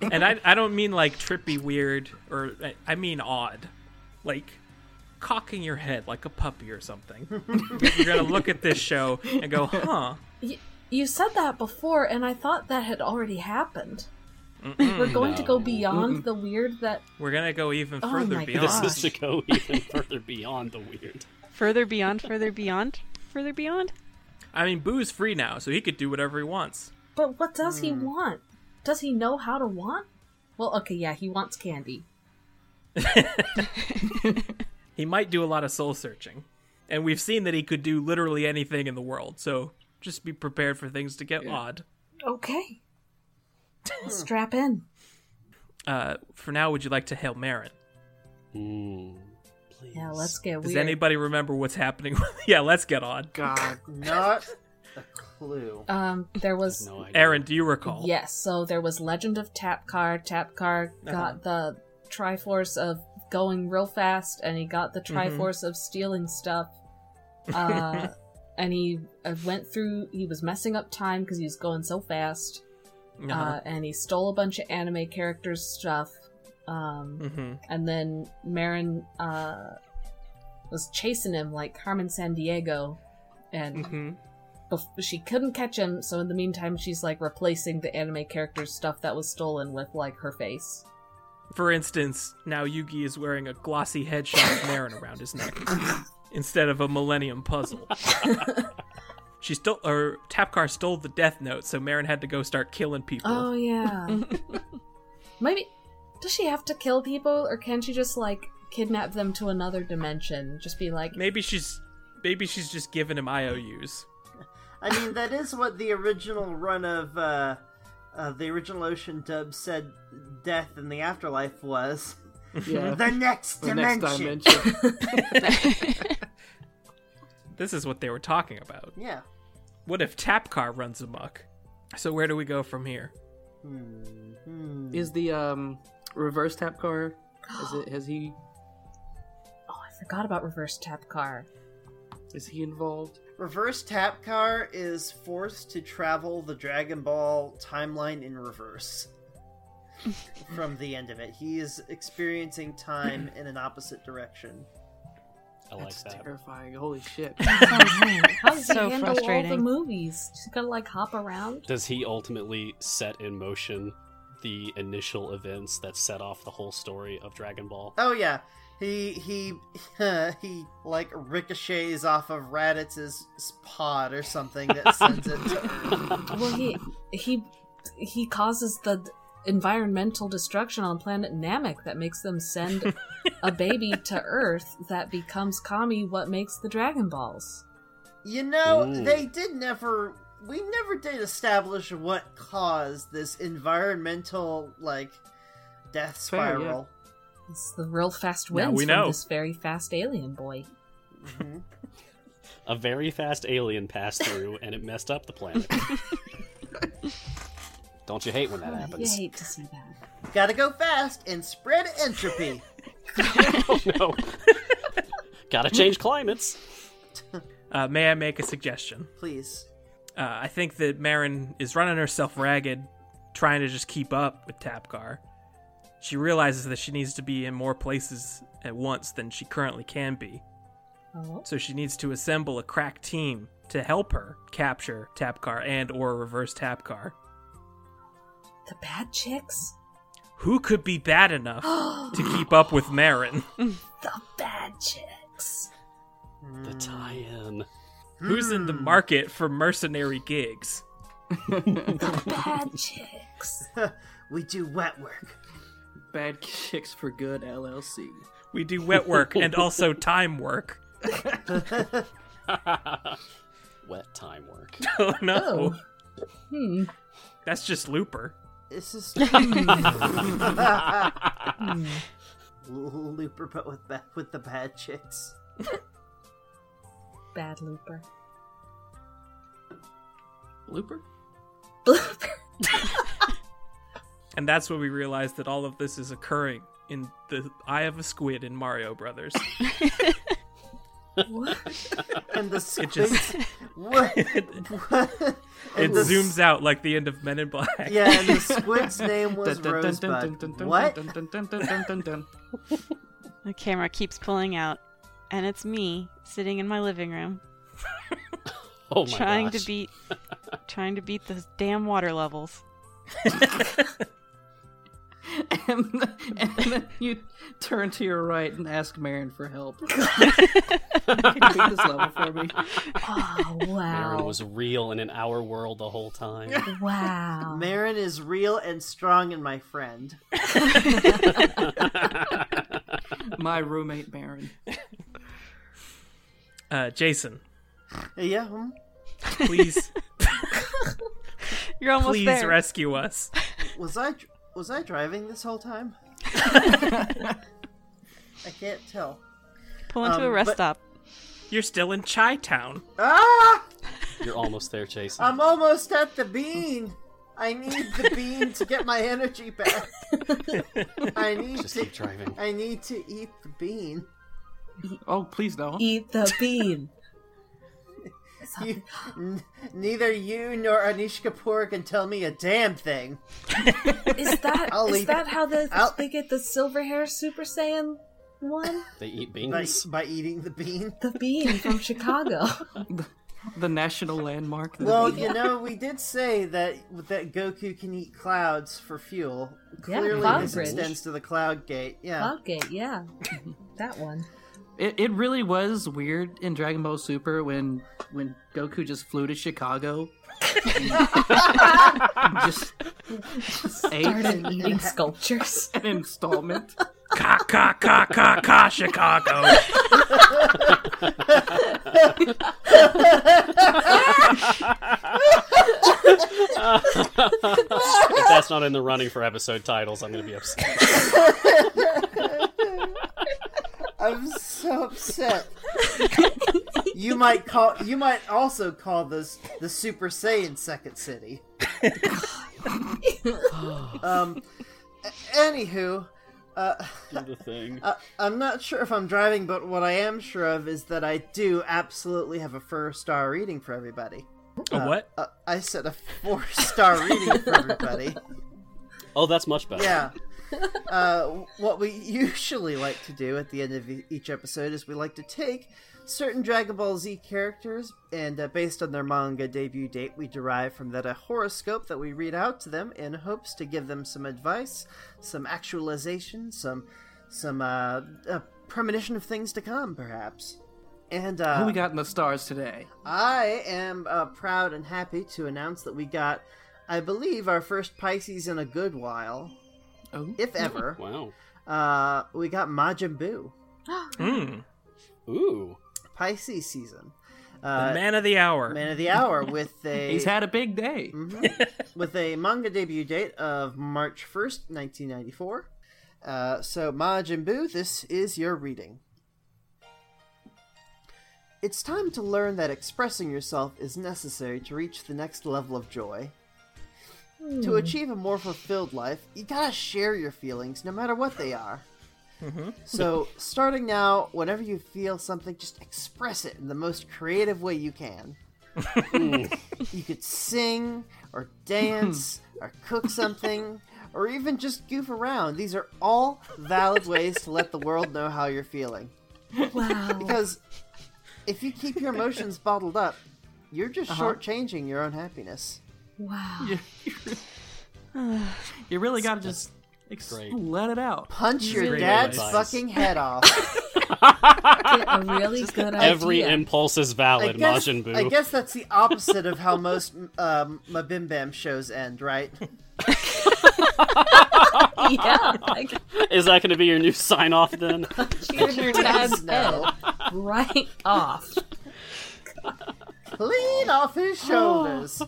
yet? and I, I don't mean like trippy weird, or I- I mean odd. Like cocking your head like a puppy or something. You're going to look at this show and go, huh. Y- you said that before, and I thought that had already happened. We're going to go No. beyond the weird that We're going to go even Oh further my beyond. This is to Gosh. go even further beyond the weird. further beyond, further beyond, further beyond. I mean, Boo's free now, so he could do whatever he wants. But what does he Mm. want? Does he know how to want? Well, okay, yeah, he wants candy. He might do a lot of soul searching. And we've seen that he could do literally anything in the world, so just be prepared for things to get odd. Okay. Hmm. Strap in. Uh, for now, would you like to hail Marin? Mm, please. Yeah, let's get Does weird. anybody remember what's happening? yeah, let's get on. God. Not a clue. Um, there was No idea. Aaron, do you recall? yes. So there was Legend of Tapcar. Tapcar Uh-huh. got the Triforce of going real fast, and he got the Mm-hmm. Triforce of stealing stuff. Uh, and he uh, went through. He was messing up time because he was going so fast. Uh-huh. Uh, and he stole a bunch of anime characters' stuff. Um, hmm and then Marin uh, was chasing him like Carmen San Diego, and hmm bef- she couldn't catch him, so in the meantime, she's like replacing the anime character's stuff that was stolen with like her face. For instance, now Yugi is wearing a glossy headshot of Marin around his neck instead of a Millennium Puzzle. she stole, or Tapcar stole the Death Note, so Marin had to go start killing people. Oh yeah. Maybe does she have to kill people, or can she just like kidnap them to another dimension? Just be like, Maybe she's, maybe she's just giving him IOUs. I mean, that is what the original run of uh, uh, the original Ocean dub said death in the afterlife was. Yeah. The next the dimension. next dimension. This is what they were talking about. Yeah. What if Tapcar runs amok? So where do we go from here? is the um reverse tap car? Is it? Has he? oh, I forgot about reverse tap car. Is he involved? Reverse Tap Car is forced to travel the Dragon Ball timeline in reverse. From the end of it, he is experiencing time in an opposite direction. I like That's that. terrifying. Holy shit. How does So he handle all the frustrating. movies? She's gonna like hop around. Does he ultimately set in motion the initial events that set off the whole story of Dragon Ball? Oh yeah, he he he like ricochets off of Raditz's pod or something that sends it to Earth. Well, he he he causes the d- environmental destruction on planet Namek that makes them send a baby to Earth that becomes Kami. What makes the Dragon Balls? You know, Ooh. they did never. We never did establish what caused this environmental like death Fair, yeah. spiral. It's the real fast Now wins we from know. this very fast alien boy. Mhm. A very fast alien passed through and it messed up the planet. Don't you hate when that Oh, You happens? hate to see that. Gotta go fast and spread entropy. Oh no. Gotta change climates. Uh, may I make a suggestion? Please. Uh, I think that Marin is running herself ragged, trying to just keep up with Tapcar. She realizes that she needs to be in more places at once than she currently can be, Oh, so she needs to assemble a crack team to help her capture Tapcar and or reverse Tapcar. the bad chicks. Who could be bad enough to keep up with Marin? The bad chicks. The tie-in. Who's in the market for mercenary gigs? The bad chicks. We do wet work. Bad Chicks for Good LLC. We do wet work and also time work. Wet time work. Oh no. Oh. Hmm. That's just Looper. This is Looper, but with ba- with the bad chicks. Bad looper. Looper? Blooper. And that's when we realized that all of this is occurring in the eye of a squid in Mario Brothers. Oh, And the squid. just- what? It the- zooms out like the end of Men in Black. Yeah, and the squid's name was Dun, dun, dun, dun, dun, Rosebud. dun, dun, What? dun, dun, dun, dun, dun, dun, dun. The camera keeps pulling out, and it's me sitting in my living room Oh my trying gosh. to beat, trying to beat those damn water levels. And, and then you turn to your right and ask Marin for help. Can you beat this level for me? Oh, wow. Aaron was real and in our world the whole time. Wow. Marin is real and strong and my friend. My roommate Marin. Uh, Jason, Yeah. hmm? please, You're almost please there. rescue us. Was I dr- was I driving this whole time? I can't tell. Pull into a um, rest but- stop. You're still in Chi Town. Ah! You're almost there, Jason. I'm almost at the bean. I need the bean to get my energy back. I need Just to keep driving. I need to eat the bean. Oh, please no. E- Eat the bean. You, n- neither you nor Anish Kapoor can tell me a damn thing. Is that I'll is eat- that how the, I'll- they get the silver hair Super Saiyan one? They eat By, beans. by eating the bean. The bean from Chicago. the national landmark. that Well, it is. you know, we did say that that Goku can eat clouds for fuel. Yeah, Clearly, cloud this bridge. extends to the cloud gate. Yeah, Cloudgate, yeah. that one. it, it really was weird in Dragon Ball Super when when Goku just flew to Chicago. and just just ate Started an eating sculptures. installment. Ka ka ka ka ka Chicago. if that's not in the running for episode titles, I'm going to be upset. I'm so upset. you might call. You might also call this the Super Saiyan Second City. um. a- Anywho, uh, the thing. I, I'm not sure if I'm driving, but what I am sure of is that I do absolutely have a four star reading for everybody. A what? Uh, I said a four star reading for everybody. Oh, that's much better. Yeah. Uh, what we usually like to do at the end of e- each episode is we like to take certain Dragon Ball Z characters, and uh, based on their manga debut date, we derive from that a horoscope that we read out to them in hopes to give them some advice, some actualization, some some uh, uh, premonition of things to come, perhaps. And uh, Who we got in the stars today? I am uh, proud and happy to announce that we got, I believe, our first Pisces in a good while, Oh, if ever. Wow. Uh, we got Majin Buu, Mm, Ooh. Pisces season, the uh, man of the hour. man of the hour with a he's had a big day. Mhm. with a manga debut date of March first, nineteen ninety four. Uh, so Majin Buu, this is your reading. It's time to learn that expressing yourself is necessary to reach the next level of joy. To achieve a more fulfilled life, you gotta share your feelings, no matter what they are. So, starting now, whenever you feel something, just express it in the most creative way you can. you could sing, or dance, or cook something, or even just goof around. These are all valid ways to let the world know how you're feeling. Wow. Because if you keep your emotions bottled up, you're just Uh-huh. shortchanging your own happiness. Wow. You, you really gotta just ex- great. let it out. Punch your Great dad's advice. fucking head off. Get a really good Every idea. impulse is valid, Majin Buu. I guess that's the opposite of how most um, Mabim Bam shows end, right? yeah. Like, Is that going to be your new sign off then? cheered your dad's head No. right off. Clean off his shoulders.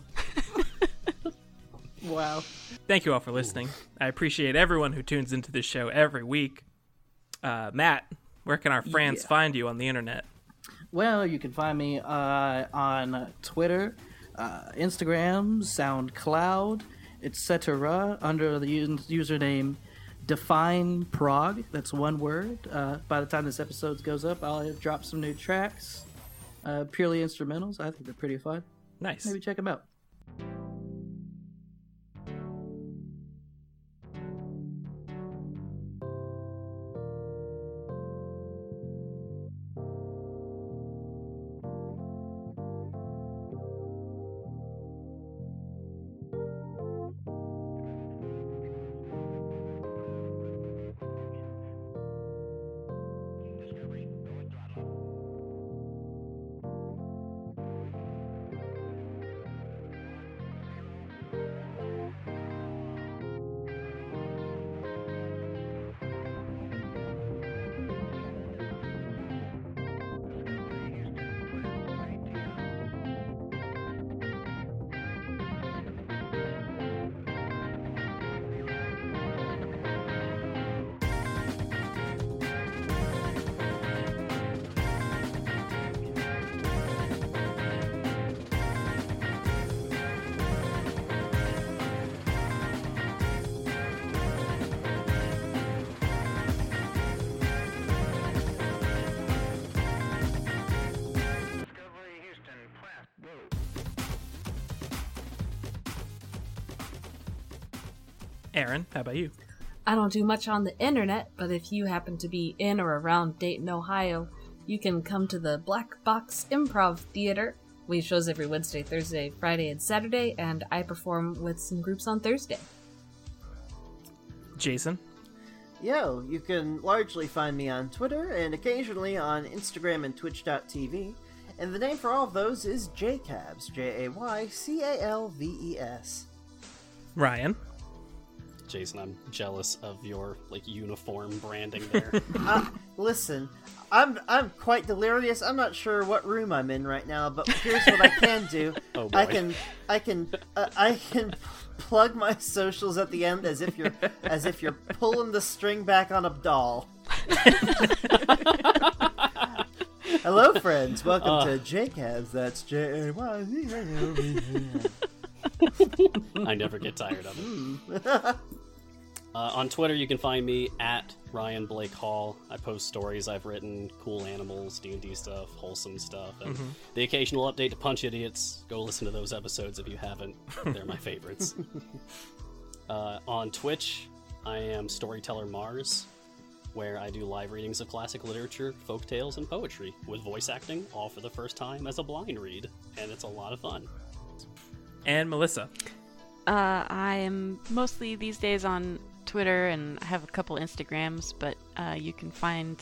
wow. Thank you all for listening. I appreciate everyone who tunes into this show every week. Uh, Matt, where can our friends find you on the internet? Well, you can find me uh, on Twitter, uh, Instagram, SoundCloud, etc. under the us- username Define Prague. That's one word. Uh, by the time this episode goes up, I'll have dropped some new tracks, uh, purely instrumentals. I think they're pretty fun. Nice. Maybe check them out. Aaron, how about you? I don't do much on the internet, but if you happen to be in or around Dayton, Ohio, you can come to the Black Box Improv Theater We have shows every Wednesday, Thursday, Friday, and Saturday, and I perform with some groups on Thursday. Jason, Yo, you can largely find me on Twitter and occasionally on Instagram and Twitch.tv. And the name for all of those is JCABS, J A Y C A L V E S. Ryan, Jason, I'm jealous of your like uniform branding there. Listen, I'm I'm quite delirious. I'm not sure what room I'm in right now, but here's what I can do. Oh, I boy. can I can uh, I can p- plug my socials at the end as if you're as if you're pulling the string back on a doll. Hello, friends. Welcome Uh. to JCABS. That's J A Y Z A L V E S. I never get tired of it. Uh, on Twitter, you can find me at Ryan Blake Hall. I post stories I've written, cool animals, D and D stuff, wholesome stuff, and the occasional update to Punch Idiots. Go listen to those episodes if you haven't; they're my favorites. uh, on Twitch, I am Storyteller Mars, where I do live readings of classic literature, folk tales, and poetry with voice acting, all for the first time as a blind read, and it's a lot of fun. and Melissa. Uh, I am mostly these days on Twitter and I have a couple Instagrams, but uh, you can find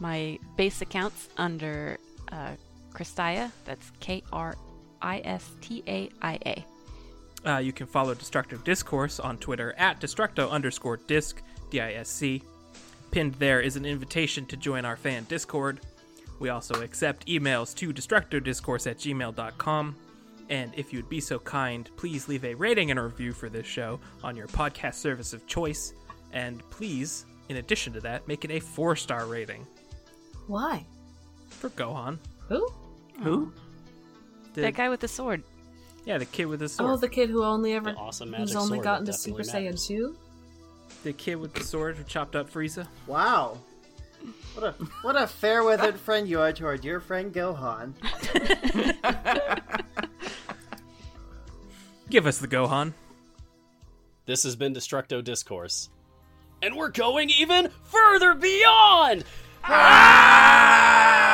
my base accounts under uh, Kristaya. That's K R I S T A I A. Uh, you can follow Destructive Discourse on Twitter at destructo underscore disc, D I S C. Pinned there is an invitation to join our fan Discord. We also accept emails to destructodiscourse at gmail.com. And if you'd be so kind, please leave a rating and a review for this show on your podcast service of choice. And please, in addition to that, make it a four star rating Why? for Gohan. Who? Who? The, That guy with the sword. Yeah, the kid with the sword. Oh, the kid who only ever The awesome who's magic only sword gotten to that Super definitely Saiyan matters. two. the kid with the sword who chopped up Frieza. Wow. What a what a fair weathered friend you are to our dear friend Gohan. Give us the Gohan. This has been Destructo Discourse. And we're going even further beyond! Ah!